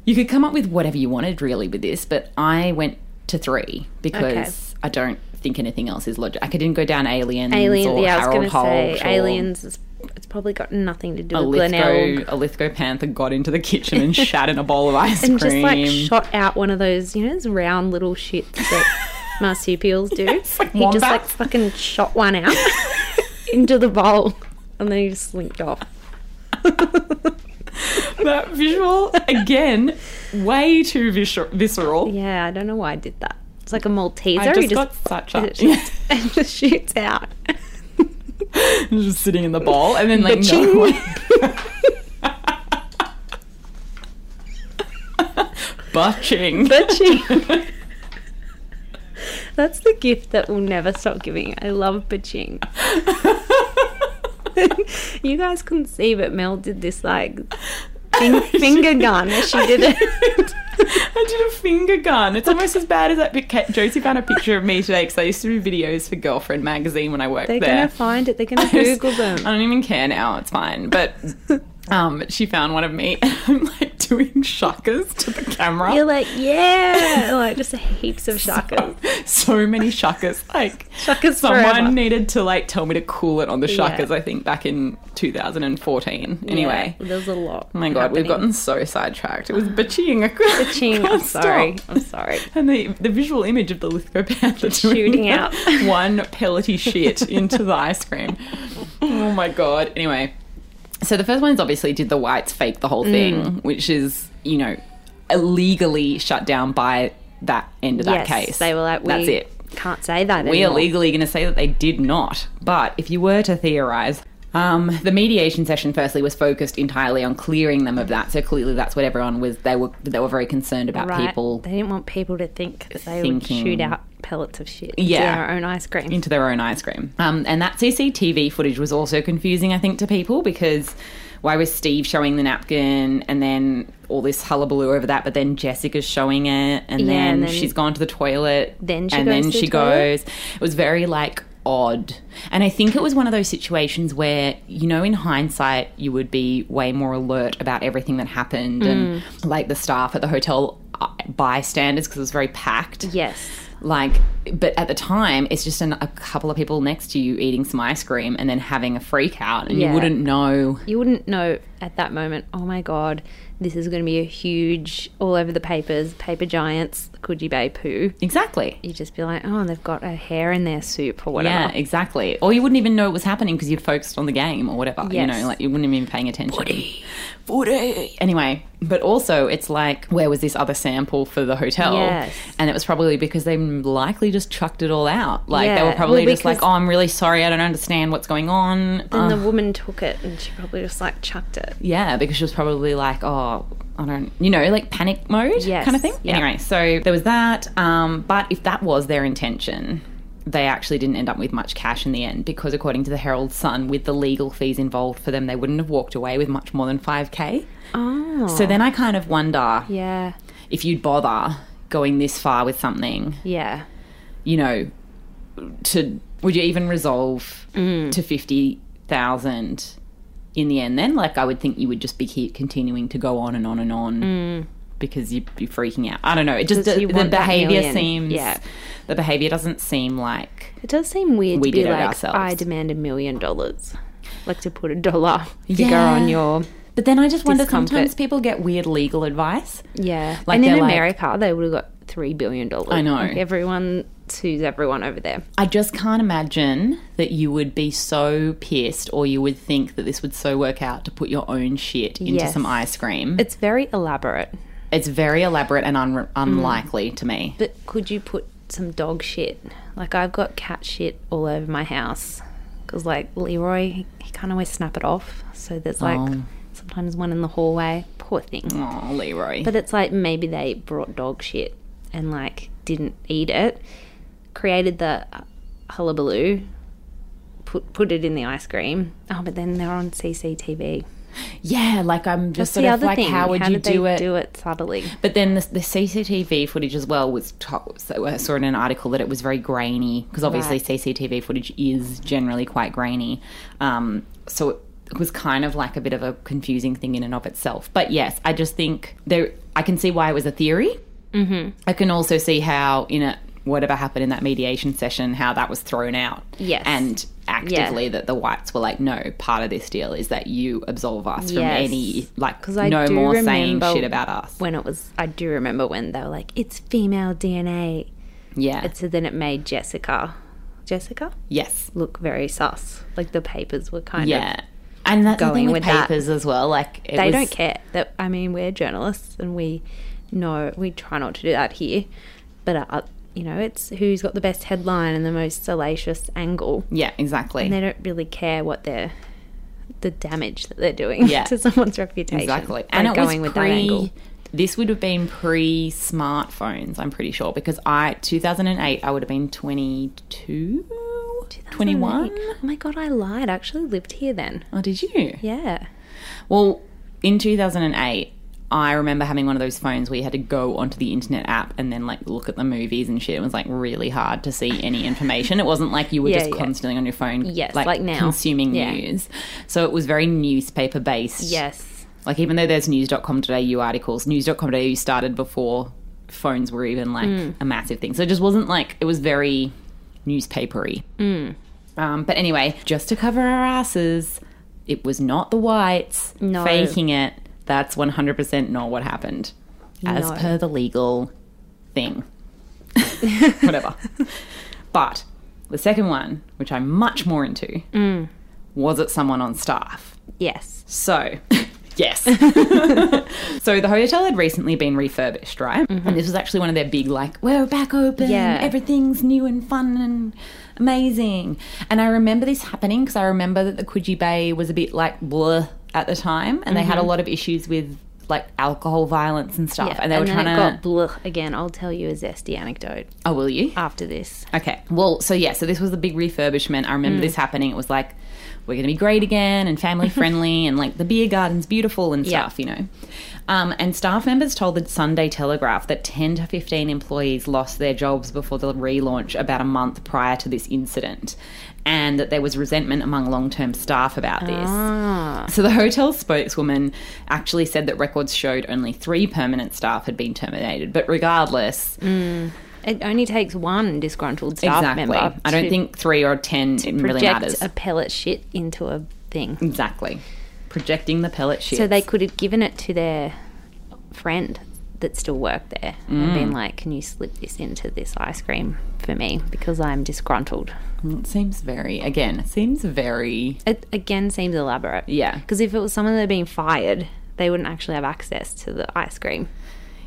B: You could come up with whatever you wanted really with this, but I went to three because
A: Okay.
B: I don't think anything else is logical. I didn't go down aliens
A: Alien.
B: or
A: Yeah, I was
B: Harold
A: going to say
B: Holt or
A: aliens. Is, it's probably got nothing to do
B: a
A: with Glenelg.
B: Lithgo, a Lithgo panther got into the kitchen and shattered a bowl of ice
A: And just
B: cream.
A: like shot out one of those, you know, those round little shits that marsupials do.
B: Yes, like
A: he just like
B: wombats.
A: fucking shot one out into the bowl, and then he just slinked off.
B: that visual again, way too visu- visceral.
A: Yeah, I don't know why I did that. It's like a Malteser.
B: I just
A: he
B: got such a
A: it shoots, and just shoots out.
B: just sitting in the bowl and then like no
A: Ba-ching.
B: one- Butching.
A: Butching. That's the gift that we'll never stop giving. I love bitching. you guys couldn't see, but Mel did this like fing- finger gun as she did it.
B: I did a finger gun. It's almost as bad as that pic- Josie found a picture of me today because I used to do videos for Girlfriend Magazine when I worked
A: They're
B: there.
A: gonna find it. They're gonna Google them.
B: I don't even care now. It's fine. But um, she found one of me. And I'm like doing shuckers to the camera.
A: You're like, yeah, like just heaps of shuckers.
B: so many shuckers. Like
A: Shuckers
B: someone
A: forever.
B: needed to like tell me to cool it on the
A: Yeah.
B: shuckers. I think back in 2014. Anyway.
A: Yeah, there's a lot.
B: Oh my god, we've gotten so sidetracked. It was bitching.
A: Ching, I'm sorry. I'm sorry.
B: And the, the visual image of the Lithgow Panther doing
A: shooting
B: that
A: out.
B: one pellety shit into the ice cream. Oh my god. Anyway, so the first one is obviously did the whites fake the whole thing,
A: Mm.
B: which is you know illegally shut down by that end of that
A: yes,
B: case.
A: they were like, we
B: that's it.
A: Can't say that.
B: We are
A: anymore.
B: legally going to say that they did not. But if you were to theorise, um, the mediation session firstly was focused entirely on clearing them of that. So clearly, that's what everyone was. They were they were very concerned about
A: Right.
B: people
A: They didn't want people to think that they would shoot
B: Thinking-
A: out pellets of shit
B: Yeah.
A: into their own ice cream.
B: into their own ice cream. Um, and that CCTV footage was also confusing, I think, to people because why was Steve showing the napkin and then all this hullabaloo over that, but then Jessica's showing it, and,
A: Yeah,
B: then,
A: and then-
B: she's gone to the toilet.
A: Then she
B: and
A: goes
B: then
A: to the
B: she
A: toilet.
B: goes. It was very like odd, and I think it was one of those situations where you know, in hindsight, you would be way more alert about everything that happened, and
A: Mm.
B: like the staff at the hotel uh, bystanders because it was very packed.
A: Yes.
B: Like, but at the time, it's just an, a couple of people next to you eating some ice cream and then having a freak out, and
A: Yeah.
B: you wouldn't know.
A: You wouldn't know at that moment, oh my God, this is going to be a huge, all over the papers, paper giants, could you bay poo?
B: Exactly.
A: You'd just be like, oh, they've got a hair in their soup or whatever.
B: Yeah, exactly. Or you wouldn't even know it was happening because you'd focused on the game or whatever. You
A: Yes.
B: know, like you wouldn't even be paying attention. 40. 40. Anyway, but also it's like, where was this other sample for the hotel?
A: Yes.
B: And it was probably because they likely just chucked it all out. Like they
A: Yeah.
B: were probably
A: Well,
B: just like, oh,
A: because-
B: I'm really sorry. I don't understand what's going on.
A: And
B: Uh,
A: the woman took it and she probably just like chucked it.
B: yeah, because she was probably like, oh, I don't, you know, like panic mode
A: Yes,
B: kind of thing.
A: yeah.
B: Anyway, so there was that. Um, but if that was their intention, they actually didn't end up with much cash in the end because, according to the Herald Sun, with the legal fees involved for them, they wouldn't have walked away with much more than 5K.
A: Oh.
B: So then I kind of wonder
A: yeah.
B: if you'd bother going this far with something,
A: Yeah.
B: you know, to, would you even resolve
A: Mm.
B: to 50,000? in the end then like i would think you would just be keep continuing to go on and on and on because you'd be freaking out i don't know it just
A: 'Cause
B: the,
A: Mm. you
B: the
A: want that
B: behavior
A: million.
B: seems
A: Yeah.
B: the behavior doesn't seem like
A: It does seem weird
B: We
A: to be
B: did it
A: like,
B: ourselves.
A: I demand a million dollars. Like to put a dollar figure
B: Yeah.
A: on your.
B: but then i just wonder
A: Discomfort.
B: sometimes people get weird legal advice
A: Yeah.
B: Like
A: and in
B: they're like-
A: America, they would have got $3 billion.
B: I know.
A: Like everyone sues everyone over there.
B: i just can't imagine that you would be so pissed or you would think that this would so work out to put your own shit into
A: Yes.
B: some ice cream
A: It's very elaborate.
B: it's very elaborate and un- unlikely to me
A: But could you put some dog shit? Like I've got cat shit all over my house because like Leroy, he, he can't always snap it off. So there's like
B: Oh.
A: sometimes one in the hallway. Poor thing.
B: oh leroy
A: But it's like maybe they brought dog shit and like didn't eat it, created the uh, hullabaloo, put put it in the ice cream. Oh, but then they're on CCTV.
B: yeah like i'm just sort
A: That's the
B: of
A: other
B: like
A: thing.
B: how would you
A: did they
B: do it
A: Do it subtly.
B: But then the, the CCTV footage as well was top. So I saw in an article that it was very grainy because obviously
A: Right.
B: CCTV footage is generally quite grainy. Um, so it was kind of like a bit of a confusing thing in and of itself. But yes, I just think there. I can see why it was a theory. Mm-hmm. I can also see how in a whatever happened in that mediation session, how that was thrown out.
A: Yes.
B: and actively that the whites were like, no, part of this deal is that you absolve us from
A: Yes.
B: any like
A: 'Cause I
B: no
A: do
B: more saying
A: remember-
B: shit about us.
A: When it was, I do remember when they were like, "It's female DNA."
B: Yeah.
A: So then it made Jessica, Jessica,
B: yes.
A: look very sus. Like the papers were kind of.
B: Yeah. And that's the
A: going
B: thing with,
A: with that.
B: papers as well. Like it
A: They
B: was-
A: don't care. That I mean, we're journalists and we know we try not to do that here, but uh, you know, it's who's got the best headline and the most salacious angle.
B: Yeah, exactly.
A: They don't really care what they're the damage that they're doing
B: Yeah.
A: to someone's reputation.
B: exactly.
A: They're
B: And it
A: going
B: was
A: with
B: pre,
A: that angle.
B: This would have been pre smartphones, I'm pretty sure, because I 2008 I would have been 22, 21.
A: Oh my god, I lied. I actually lived here then.
B: Oh, did you?
A: Yeah.
B: Well, in 2008 I remember having one of those phones where you had to go onto the internet app and then like look at the movies and shit. It was like really hard to see any information. It wasn't like you were
A: Yeah,
B: just
A: yeah.
B: constantly on your phone,
A: Yes, like now.
B: consuming
A: Yeah.
B: news. So it was very newspaper based.
A: Yes.
B: Like even though there's news.com.au articles, news.com.au started before phones were even like
A: Mm.
B: a massive thing. So it just wasn't like it was very newspapery.
A: Mm.
B: Um, but anyway, just to cover our asses, it was not the whites
A: No.
B: faking it. That's 100% not what happened, as
A: No.
B: per the legal thing. Whatever. but the second one, which I'm much more into,
A: Mm.
B: was it someone on staff?
A: Yes.
B: So, yes. so the hotel had recently been refurbished, right? And this was actually one of their big, like, we're back open.
A: Mm-hmm. Yeah.
B: Everything's new and fun and amazing. And I remember this happening because I remember that the Coogee Bay was a bit like blah at the time, and they had a lot of issues with like alcohol violence and stuff.
A: Mm-hmm. Yeah.
B: And they were
A: and
B: trying
A: then
B: to.
A: it got blech again. I'll tell you a zesty anecdote
B: oh, will you?
A: after this.
B: Okay. Well, so yeah, so this was the big refurbishment. I remember this happening. It was like, we're going to be great again and family friendly and like the beer garden's beautiful and
A: Yeah.
B: stuff, you know. Um, and staff members told the Sunday Telegraph that 10 to 15 employees lost their jobs before the relaunch about a month prior to this incident, and that there was resentment among long term staff about this. So the hotel spokeswoman actually said that records showed only three permanent staff had been terminated, but regardless,
A: It only takes one disgruntled staff
B: exactly.
A: member.
B: I don't
A: to
B: think three or 10 it really
A: project
B: matters.
A: a pellet shit into a thing.
B: exactly. Projecting the pellet shit.
A: So they could have given it to their friend that still worked there
B: Mm.
A: and been like, "Can you slip this into this ice cream for me because I'm disgruntled?"
B: It seems very, again, it seems very,
A: It again seems elaborate.
B: yeah.
A: Because if it was someone that had been fired, they wouldn't actually have access to the ice cream.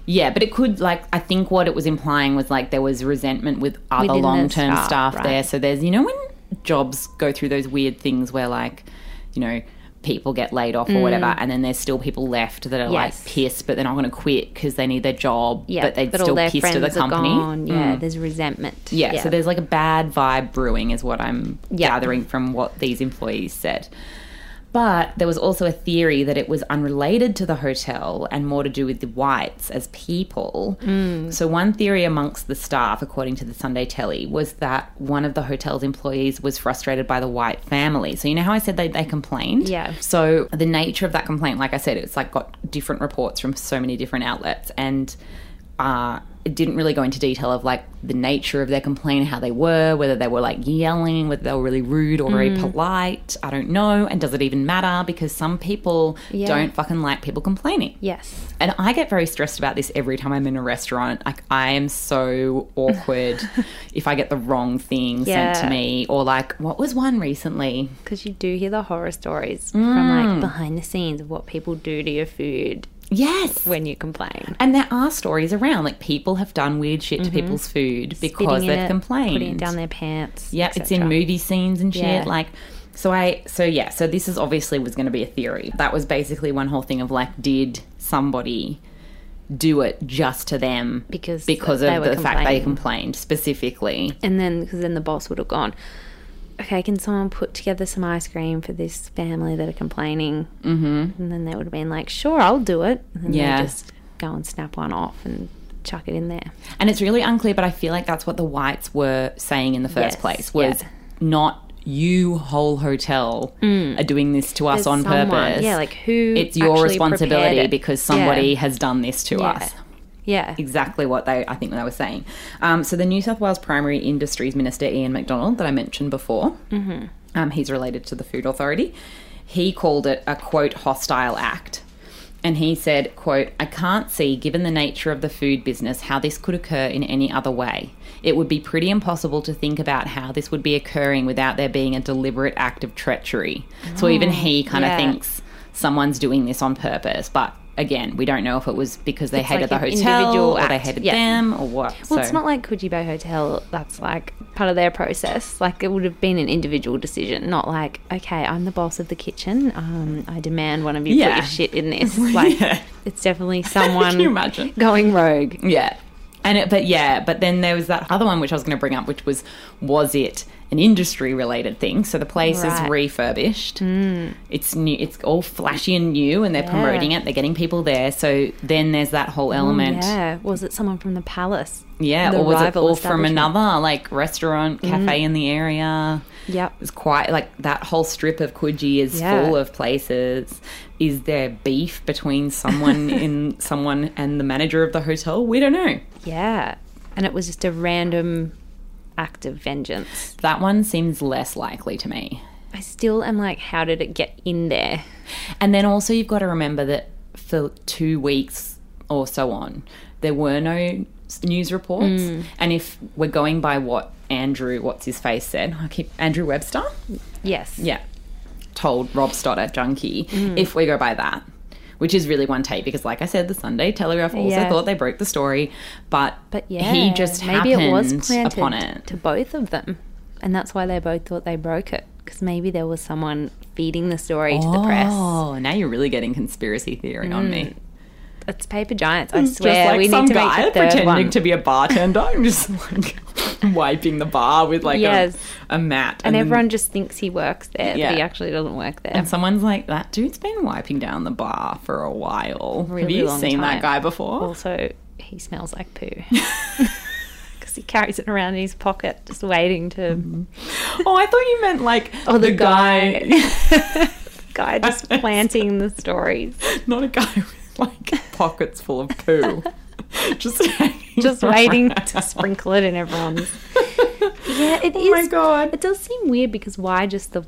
B: Yeah, but it could, like, I think what it was implying was like there was resentment with other
A: Within the
B: long term
A: staff,
B: staff,
A: right.
B: there. So there's, you know, when jobs go through those weird things where, like, you know, people get laid off or whatever, and then there's still people left that are
A: Mm. Yes.
B: like pissed, but they're not going to quit because they need their job,
A: Yeah,
B: but they're still pissed to the company. Mm.
A: Yeah, there's resentment.
B: Yeah, so there's like a bad vibe brewing, is what I'm gathering from what these employees said. But there was also a theory that it was unrelated to the hotel and more to do with the whites as people. So, one theory amongst the staff, according to the Sunday Telly, was that one of the hotel's employees was frustrated by the white family. So, you know how I said they, they complained?
A: Yeah.
B: So, the nature of that complaint, like I said, it's like got different reports from so many different outlets. And uh, it didn't really go into detail of like the nature of their complaint, how they were, whether they were like yelling, whether they were really rude or
A: Mm.
B: very polite. I don't know. And does it even matter? Because some people
A: Yeah.
B: don't fucking like people complaining.
A: yes.
B: And I get very stressed about this every time I'm in a restaurant. Like I am so awkward if I get the wrong thing sent
A: Yeah.
B: to me, or like what was one recently?
A: Because you do hear the horror stories from
B: Mm.
A: like behind the scenes of what people do to your food
B: Yes.
A: when you complain.
B: And there are stories around, like people have done weird shit to people's food because
A: Mm-hmm. Spitting in
B: they've
A: it,
B: complained.
A: putting it down their pants.
B: Yeah,
A: et
B: it's in
A: cetera.
B: movie scenes and shit.
A: Yeah.
B: Like, so I, so yeah, so this is obviously was going to be a theory. That was basically one whole thing of like, did somebody do it just to them
A: Because
B: because
A: they
B: of
A: were
B: the fact they
A: complaining.
B: complained specifically?
A: And then, because then the boss would have gone, okay, can someone put together some ice cream for this family that are complaining? Mm-hmm. And then they would have been like, sure, I'll do it. And then they
B: Yeah.
A: just go and snap one off and chuck it in there.
B: And it's really unclear, but I feel like that's what the whites were saying in the first
A: Yes,
B: place was
A: yeah.
B: not you whole hotel are doing this to us on
A: Mm. Someone-
B: purpose.
A: Yeah, like who?
B: it's your
A: actually prepared
B: responsibility
A: it?
B: because somebody
A: Yeah.
B: has done this to us.
A: Yeah.
B: exactly what they I think they were saying. Um, so the New South Wales Primary Industries Minister Ian McDonald that I mentioned before, mm-hmm. um, he's related to the Food Authority. He called it a quote hostile act. And he said, quote, I can't see, given the nature of the food business, how this could occur in any other way. It would be pretty impossible to think about how this would be occurring without there being a deliberate act of treachery. so even he kind
A: Oh, yeah.
B: of thinks someone's doing this on purpose. But again, we don't know if it was because they hated
A: like
B: the
A: an
B: hotel
A: individual
B: or they
A: act.
B: hated
A: Yeah.
B: them or what. so,
A: Well, it's not like Coogee Bay Hotel. That's like part of their process. Like it would have been an individual decision, not like, okay, I'm the boss of the kitchen. Um, I demand one of you put
B: Yeah.
A: your shit in this. Like
B: Yeah.
A: it's definitely
B: Can you
A: someone
B: imagine?
A: going rogue.
B: Yeah. And it, but yeah, but then there was that other one which I was going to bring up, which was was it an industry related thing? So the place
A: Right. Hmm.
B: is refurbished. It's new. It's all flashy and new, and they're promoting it. They're getting people there. So then there's that whole element.
A: Hmm, Yeah, was it someone from the palace?
B: yeah.
A: The
B: or was it
A: rival
B: all from
A: establishment. Mm.
B: another like restaurant, cafe in the area?
A: Yep.
B: It's quite like that whole strip of Coogee is
A: Yeah.
B: full of places. Is there beef between someone in someone and the manager of the hotel? We don't know.
A: Yeah, and it was just a random act of vengeance.
B: That one seems less likely to me.
A: I still am like, how did it get in there?
B: And then also you've got to remember that for two weeks or so on, there were no s- news reports. And if we're going by what Andrew, what's his face said, I keep Andrew Webster,
A: Yes.
B: yeah, told Rob Stoddart junkie.
A: Mm.
B: If we go by that, which is really one take because, like I said, the Sunday Telegraph also
A: Yeah.
B: thought they broke the story, but
A: But yeah,
B: he just
A: maybe
B: happened
A: it was planted
B: upon it.
A: to both of them, and that's why they both thought they broke it because maybe there was someone feeding the story to the press.
B: Oh, now you're really getting conspiracy theory on me.
A: It's paper giants. I
B: Mm. Hmm, just
A: swear,
B: like
A: we
B: some
A: need to
B: guy
A: make the third
B: pretending
A: one.
B: to be a bartender. I'm just like, wiping the bar with like
A: Yes.
B: a, a mat.
A: And,
B: then-
A: everyone just thinks he works there,
B: Yeah.
A: but he actually doesn't work there.
B: and someone's like, that dude's been wiping down the bar for a while. Have
A: Really
B: you
A: long
B: seen that
A: time.
B: guy before?
A: Also, he smells like poo. Because he carries it around in his pocket, just waiting to.
B: oh, I thought you meant like
A: Oh, the
B: guy.
A: Guy just planting the stories,
B: Not a guy with like pockets full of poo. just hanging
A: just waiting to
B: around.
A: sprinkle it in everyone's. Yeah, it is.
B: Oh my god.
A: It does seem weird because why just the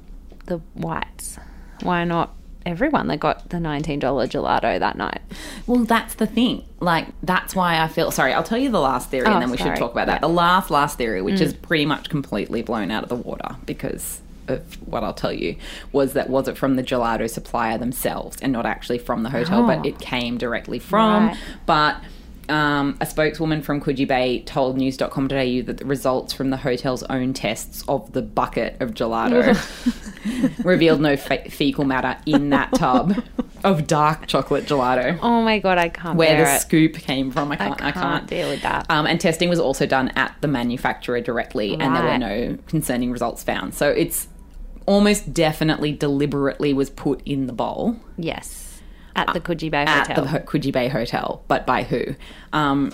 A: the whites? Why not everyone that got the $19 gelato that night?
B: Well, that's the thing. Like, that's why I feel sorry. I'll tell you the last theory
A: Oh,
B: and then we
A: sorry.
B: should talk about that.
A: Yeah. Mm.
B: The last, last theory, which is pretty much completely blown out of the water because of what I'll tell you, was that was it from the gelato supplier themselves and not actually from the hotel, but
A: Oh.
B: it came directly from.
A: Right.
B: But. Um, a spokeswoman from Coogee Bay told news.com.au that the results from the hotel's own tests of the bucket of gelato revealed no fe- fecal matter in that tub of dark chocolate gelato
A: Oh my God, I can't
B: where
A: bear
B: the
A: it.
B: scoop came from. I can't. I can't,
A: can't deal with that.
B: Um, and testing was also done at the manufacturer directly, and there were
A: Right.
B: no concerning results found. So it's almost definitely deliberately was put in the bowl
A: yes. At the Coogee Bay
B: uh, at
A: Hotel.
B: the Ho- Coogee Bay Hotel, but by who? Um,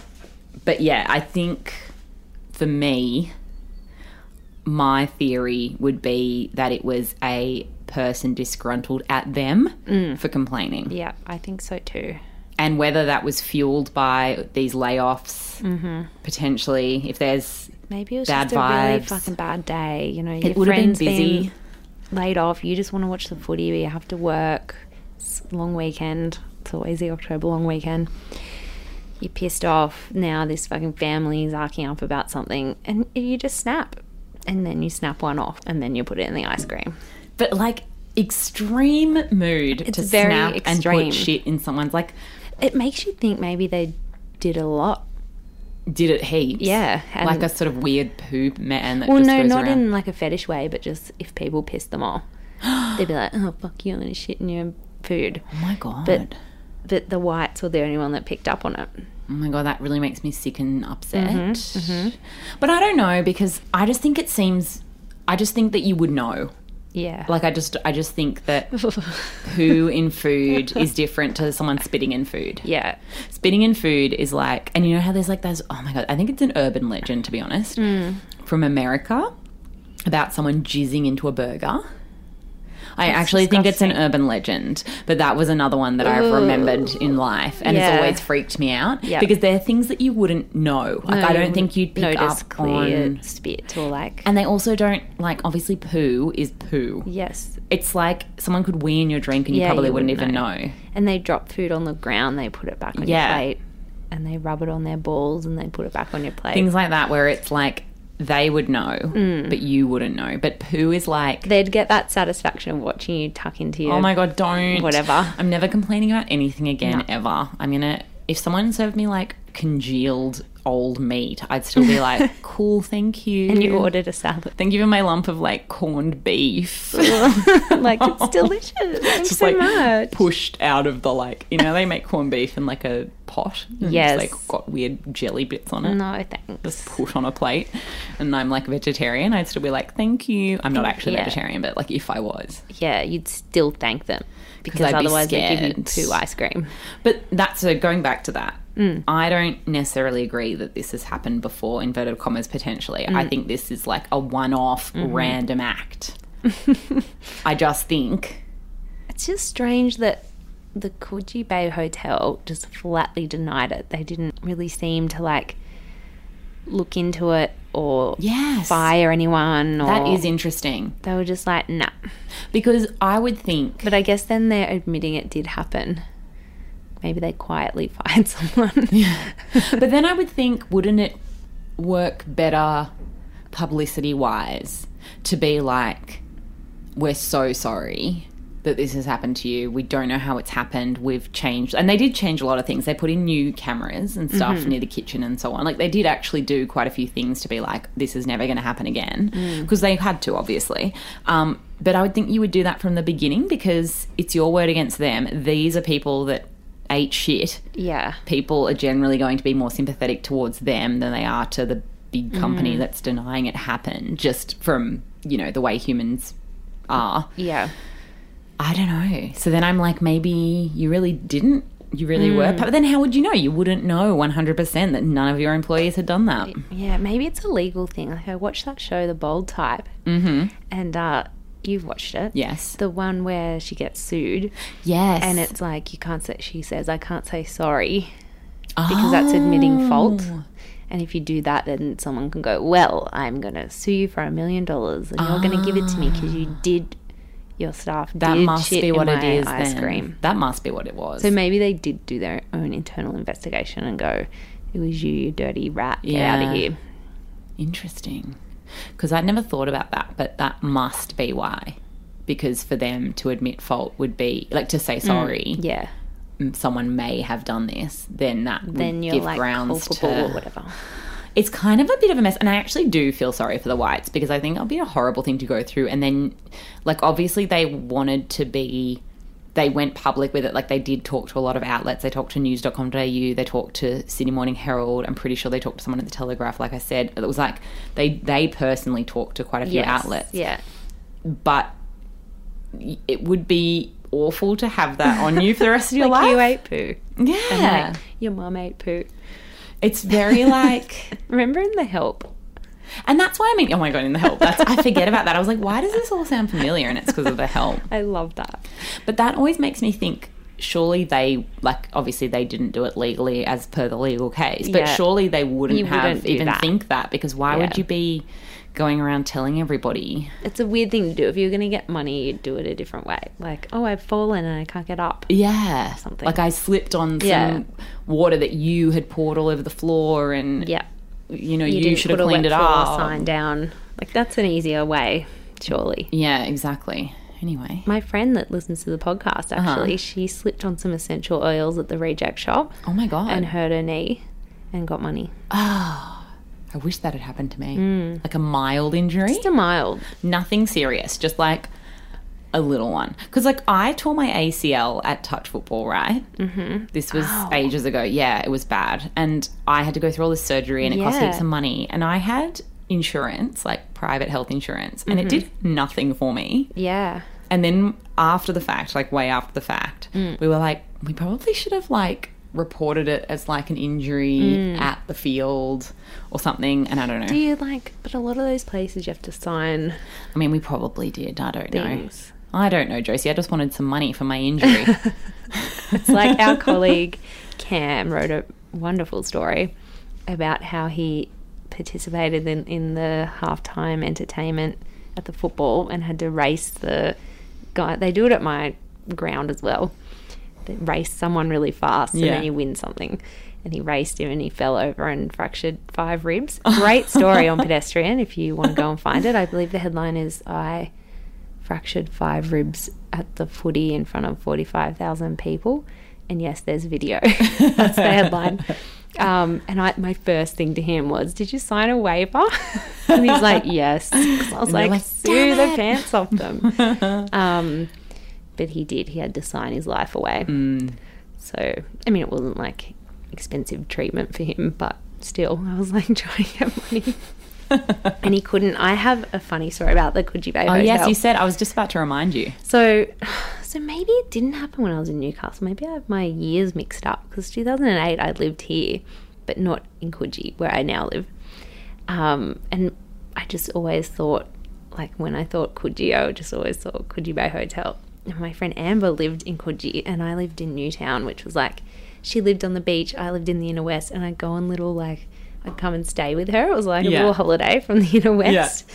B: but yeah, I think for me, my theory would be that it was a person disgruntled at them
A: Mm.
B: for complaining.
A: yeah, I think so too.
B: and whether that was fueled by these layoffs
A: Mm-hmm.
B: potentially if there's
A: Maybe it was
B: Bad
A: just a really
B: vibes.
A: fucking bad day. You know,
B: it
A: your
B: would have been
A: friends
B: busy
A: been laid off. You just want to watch the footy, but you have to work. It's a long weekend. It's always the October long weekend. You're pissed off. Now this fucking family is arcing up about something, and you just snap. And then you snap one off, and then you put it in the ice cream.
B: but like extreme mood to
A: very
B: snap and
A: extreme.
B: put shit in someone's like
A: It makes you think maybe they did a lot.
B: did it heaps
A: Yeah, and-
B: like a sort of weird poop man that
A: Well,
B: just
A: no,
B: goes
A: not
B: around.
A: in like a fetish way, but just if people piss them off, they'd be like, "Oh fuck you, I'm gonna shit in your food."
B: oh my god
A: but- But the whites were the only one that picked up on it.
B: oh my god that really makes me sick and upset
A: Mm-hmm,
B: but i don't know because i just think it seems i just think that you would know
A: Yeah.
B: like i just i just think that poo in food is different to someone spitting in food
A: yeah.
B: spitting in food is like, and you know how there's like those, oh my God, I think it's an urban legend, to be honest,
A: Hmm.
B: from America about someone jizzing into a burger. I actually think it's an urban legend, but that was another one that I've remembered in life, and
A: Yeah.
B: it's always freaked me out
A: Yep.
B: because they're things that you wouldn't know. Like I don't think you'd pick
A: notice
B: up on,
A: clear spit or like.
B: and they also don't like. Obviously, poo is poo.
A: yes.
B: It's like someone could wee in your drink, and you
A: Yeah,
B: probably
A: you
B: wouldn't,
A: wouldn't
B: even
A: know.
B: know.
A: And they drop food on the ground, they put it back on
B: Yeah.
A: your plate. And they rub it on their balls and they put it back on your plate.
B: things like that where it's like they would know
A: Mm.
B: but you wouldn't know but poo is like
A: They'd get that satisfaction of watching you tuck into your.
B: oh my god don't
A: Whatever.
B: i'm never complaining about anything again ever i'm gonna if someone served me like congealed old meat i'd still be like cool thank you
A: And you ordered a salad.
B: thank you for my lump of like corned beef
A: like, it's delicious. Thanks
B: just
A: so
B: like
A: much.
B: pushed out of the like you know they make corned beef in like a pot and it's,
A: Yes.
B: like got weird jelly bits on it
A: No, thanks.
B: put on a plate and I'm like vegetarian, I'd still be like, thank you. I'm not actually
A: Yeah.
B: vegetarian, but like if I was.
A: Yeah, you'd still thank them because
B: I'd be
A: otherwise they give you
B: scared.
A: two ice cream.
B: But that's so going back to that. I don't necessarily agree that this has happened before, inverted commas, potentially. I think this is like a one off random act. I just think
A: It's just strange that the Coogee Bay Hotel just flatly denied it. They didn't really seem to like look into it or
B: Yes.
A: fire anyone. Or
B: that is interesting
A: They were just like, nah.
B: because I would think
A: But I guess then they're admitting it did happen. Maybe they quietly fired someone.
B: but then I would think, wouldn't it work better publicity wise to be like, we're so sorry that this has happened to you. We don't know how it's happened. We've changed. And they did change a lot of things. They put in new cameras and stuff near the kitchen and so on. Like, they did actually do quite a few things to be like, this is never going to happen again. Because they had to, obviously. Um, but I would think you would do that from the beginning because it's your word against them. These are people that ate shit
A: yeah.
B: people are generally going to be more sympathetic towards them than they are to the big
A: Mm.
B: company that's denying it happened just from, you know, the way humans are.
A: Yeah.
B: I don't know. So then I'm like, maybe you really didn't. You really
A: Mm.
B: were. But then how would you know? You wouldn't know 100% that none of your employees had done that.
A: Yeah, maybe it's a legal thing. Like I watched that show, The Bold Type,
B: Mm-hmm.
A: and uh, you've watched it.
B: Yes.
A: The one where she gets sued,
B: Yes.
A: and it's like you can't say. She says, "I can't say sorry because that's admitting fault."
B: Oh.
A: And if you do that, then someone can go, "Well, I'm going to sue you for a million dollars, and you're going to give it to me because you did your staff
B: Ah. That
A: did
B: must
A: shit
B: be
A: in
B: what it
A: my
B: is.
A: ice
B: then.
A: cream."
B: That must be what it was.
A: So maybe they did do their own internal investigation and go, "It was you, you dirty rat. Get out
B: Yeah.
A: of here."
B: Interesting. Because I'd never thought about that, but that must be why. Because for them to admit fault would be like to say sorry.
A: Mm. Yeah.
B: m- Someone may have done this. Then that would
A: Then you're
B: give
A: like
B: grounds
A: culpable or
B: to.
A: whatever.
B: It's kind of a bit of a mess, and I actually do feel sorry for the whites because I think it'll be a horrible thing to go through. And then, like, obviously they wanted to be. They went public with it. Like, they did talk to a lot of outlets. They talked to news.com.au. They talked to Sydney Morning Herald. I'm pretty sure they talked to someone at the Telegraph, like I said. It was like they, they personally talked to quite a few
A: Yes.
B: outlets
A: Yeah.
B: but y- it would be awful to have that on you for the rest of your
A: Like,
B: life.
A: you eh? Uh-huh. ate poo.
B: yeah.
A: Like, your mum ate poo.
B: it's very like
A: Remember in The Help?
B: and that's why I mean oh my god in the help that's I forget about that. I was like why does this all sound familiar and it's because of the help.
A: I love that.
B: But that always makes me think surely they like obviously they didn't do it legally as per the legal case but
A: Yeah.
B: surely they wouldn't
A: You
B: have
A: wouldn't do
B: even
A: that.
B: think that because why would
A: Yeah.
B: you be going around telling everybody
A: It's a weird thing to do. If you're going to get money, you'd do it a different way. Like, oh, I've fallen and I can't get up.
B: Yeah.
A: something.
B: Like I slipped on some
A: Yeah.
B: water that you had poured all over the floor and
A: Yeah.
B: you know, you,
A: didn't
B: should have
A: put a
B: cleaned
A: wet
B: it
A: floor
B: up.
A: sign down. Like, that's an easier way, surely.
B: Yeah, exactly. Anyway.
A: My friend that listens to the podcast, actually, she slipped on some essential oils at the reject shop
B: Oh my god.
A: and hurt her knee and got money.
B: I wish that had happened to me.
A: Hmm.
B: Like a mild injury.
A: Just a mild.
B: Nothing serious, just like a little one. Because like I tore my ACL at touch football, right? Mm-hmm. This was ages ago. Yeah, it was bad, and I had to go through all this surgery, and it cost
A: Yeah.
B: heaps of money. And I had insurance, like private health insurance, and it
A: Mm-hmm.
B: did nothing for me.
A: Yeah.
B: And then after the fact, like way after the fact,
A: Mm.
B: we were like, we probably should have like reported it as like an injury at the field or something. And I don't know.
A: Mm. Do you like, but a lot of those places you have to sign
B: I mean, we probably did. I don't know.
A: things.
B: I don't know, Josie. I just wanted some money for my injury.
A: It's like our colleague Cam wrote a wonderful story about how he participated in, in the halftime entertainment at the football and had to race the guy. They do it at my ground as well. They race someone really fast and
B: Yeah.
A: then you win something. And he raced him and he fell over and fractured five ribs. Great story on pedestrian if you want to go and find it. I believe the headline is I fractured five ribs at the footy in front of 45,000 people. And yes, there's video. That's the headline. Um, and I, my first thing to him was, Did you sign a waiver? and he's like, Yes. 'Cause I was
B: And they're
A: like,
B: like,
A: Sue
B: "Damn
A: the
B: it."
A: pants off them. um, but he did. He had to sign his life away.
B: Mm. Hmm.
A: So, I mean, it wasn't like expensive treatment for him, but still, I was like trying to get money. and he couldn't. I have a funny story about the Coogee Bay
B: oh,
A: Hotel.
B: yes, you said. I was just about to remind you.
A: So, so maybe it didn't happen when I was in Newcastle. Maybe I have my years mixed up because 2008 I lived here, but not in Coogee where I now live. Um, and I just always thought, like when I thought Coogee, I just always thought Coogee Bay Hotel. And my friend Amber lived in Coogee, and I lived in Newtown, which was like she lived on the beach, I lived in the inner west, and I'd go on little like I'd come and stay with her. It was like a
B: Yeah.
A: little holiday from the inner west.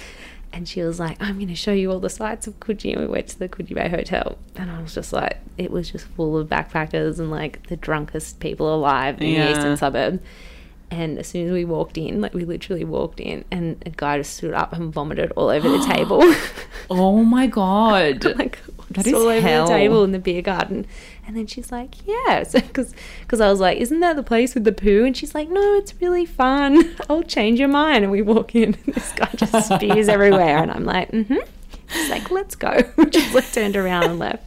A: And she was like, I'm going to show you all the sights of Coogee. And we went to the Coogee Bay Hotel. And I was just like, it was just full of backpackers and like the drunkest people alive in the
B: Yeah.
A: eastern suburb. And as soon as we walked in, like we literally walked in, and a guy just stood up and vomited all over the table.
B: Oh my God.
A: like,
B: That
A: just
B: is
A: all over
B: hell.
A: the table in the beer garden. And then she's like, yeah. Because I was like, isn't that the place with the poo? And she's like, no, it's really fun. I'll change your mind. And we walk in, and this guy just spews everywhere. And I'm like, mm hmm. She's like, let's go. We just like, turned around and left.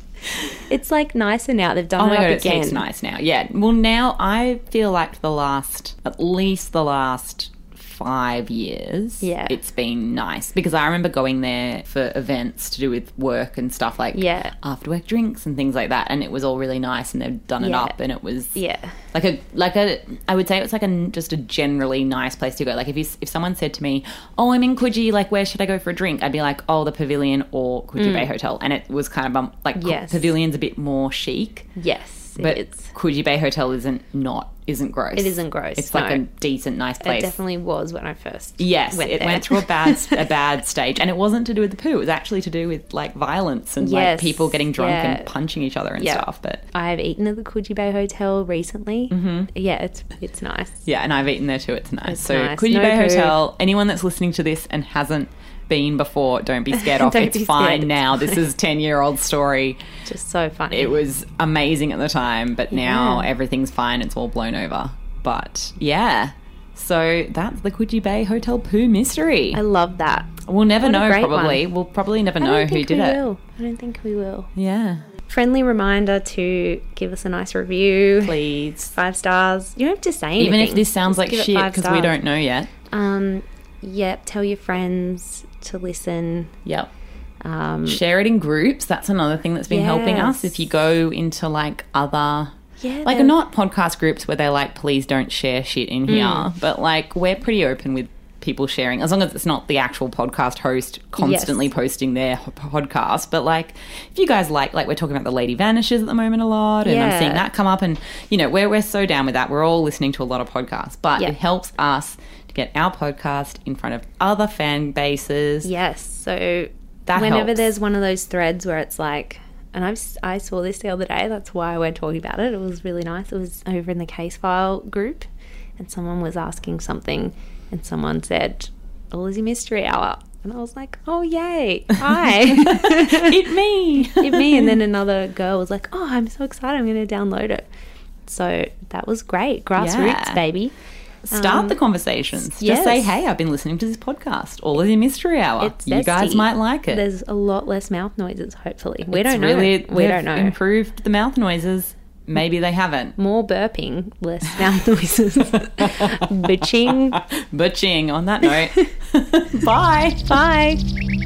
A: It's like nicer now. They've done
B: Oh my
A: it up
B: god, it's
A: again.
B: heaps nice now. Yeah. Well, now I feel like the last, at least the last five years,
A: Yeah.
B: it's been nice because I remember going there for events to do with work and stuff like
A: Yeah.
B: after work drinks and things like that, and it was all really nice and they'd done it
A: Yeah.
B: up and it was
A: Yeah.
B: like a like a I would say it was like a just a generally nice place to go. Like if you if someone said to me, "Oh, I'm in Coogee, like where should I go for a drink?" I'd be like, "Oh, the Pavilion or Coogee Bay Hotel." And it was kind of um, like Co-
A: Mm. Yes.
B: Pavilion's a bit more chic,
A: Yes.
B: but
A: it's
B: Coogee Bay Hotel isn't not isn't gross.
A: it isn't gross.
B: It's like a
A: no.
B: decent, nice
A: it
B: place.
A: definitely was when I first
B: yes,
A: went
B: it
A: there.
B: went through a bad a bad stage, and it wasn't to do with the poo. It was actually to do with like violence and like
A: Yes,
B: people getting drunk
A: yeah.
B: and punching each other and
A: Yeah.
B: stuff. But
A: I've eaten at the Coogee Bay Hotel recently. Mm-hmm. Yeah, it's it's nice.
B: Yeah, and I've eaten there too. It's nice. so
A: nice.
B: Coogee
A: No
B: Bay
A: poo.
B: Hotel. Anyone that's listening to this and hasn't been before, don't be scared off.
A: Don't
B: it's
A: be
B: fine
A: scared.
B: now. This is ten year old story.
A: Just so funny.
B: It was amazing at the time, but now
A: Yeah.
B: everything's fine. It's all blown over. But yeah. So that's the Coogee Bay Hotel poo mystery.
A: I love that.
B: We'll never
A: what a
B: know.
A: great
B: Probably we'll probably never
A: I
B: know
A: don't
B: who
A: think
B: did
A: we
B: it.
A: will. I don't think we will.
B: Yeah,
A: Friendly reminder to give us a nice review.
B: please.
A: Five stars. You don't have to say anything.
B: Even if this sounds
A: Just
B: like
A: give it
B: shit
A: five
B: because we
A: stars.
B: don't know yet.
A: Um, yep. Tell your friends to listen.
B: Yep.
A: Um,
B: share it in groups that's another thing that's been helping us
A: Yes.
B: if you go into like other
A: Yeah,
B: like
A: they're-
B: not podcast groups where they're like please don't share shit in here
A: Mm.
B: but like we're pretty open with people sharing as long as it's not the actual podcast host constantly
A: Yes.
B: posting their h- podcast but like if you guys like like we're talking about the lady vanishes at the moment a lot and i'm seeing
A: Yeah.
B: that come up and you know we're, we're so down with that we're all listening to a lot of podcasts but
A: Yeah.
B: it helps us to get our podcast in front of other fan bases
A: Yes. So
B: That
A: whenever
B: helps.
A: there's one of those threads where it's like, and I've, s- I saw this the other day. That's why we're talking about it. It was really nice. It was over in the case file group, and someone was asking something, and someone said, "All is your mystery hour," and I was like, "Oh yay! Hi,
B: it me
A: it me!" And then uh, another girl was like, "Oh, I'm so excited! I'm going to download it." So that was great. Grassroots,
B: Yeah.
A: baby.
B: Start
A: Um,
B: the conversations. Just
A: yes.
B: say, hey, I've been listening to this podcast, All of the Mystery Hour.
A: It's
B: you guys
A: zesty.
B: might like it.
A: There's a lot less mouth noises. Hopefully, we
B: It's
A: don't
B: really-
A: know. We
B: they've
A: don't know.
B: Improved the mouth noises. Maybe they haven't.
A: more burping, less mouth noises. Bitching.
B: Butching. On that note, bye.
A: Bye.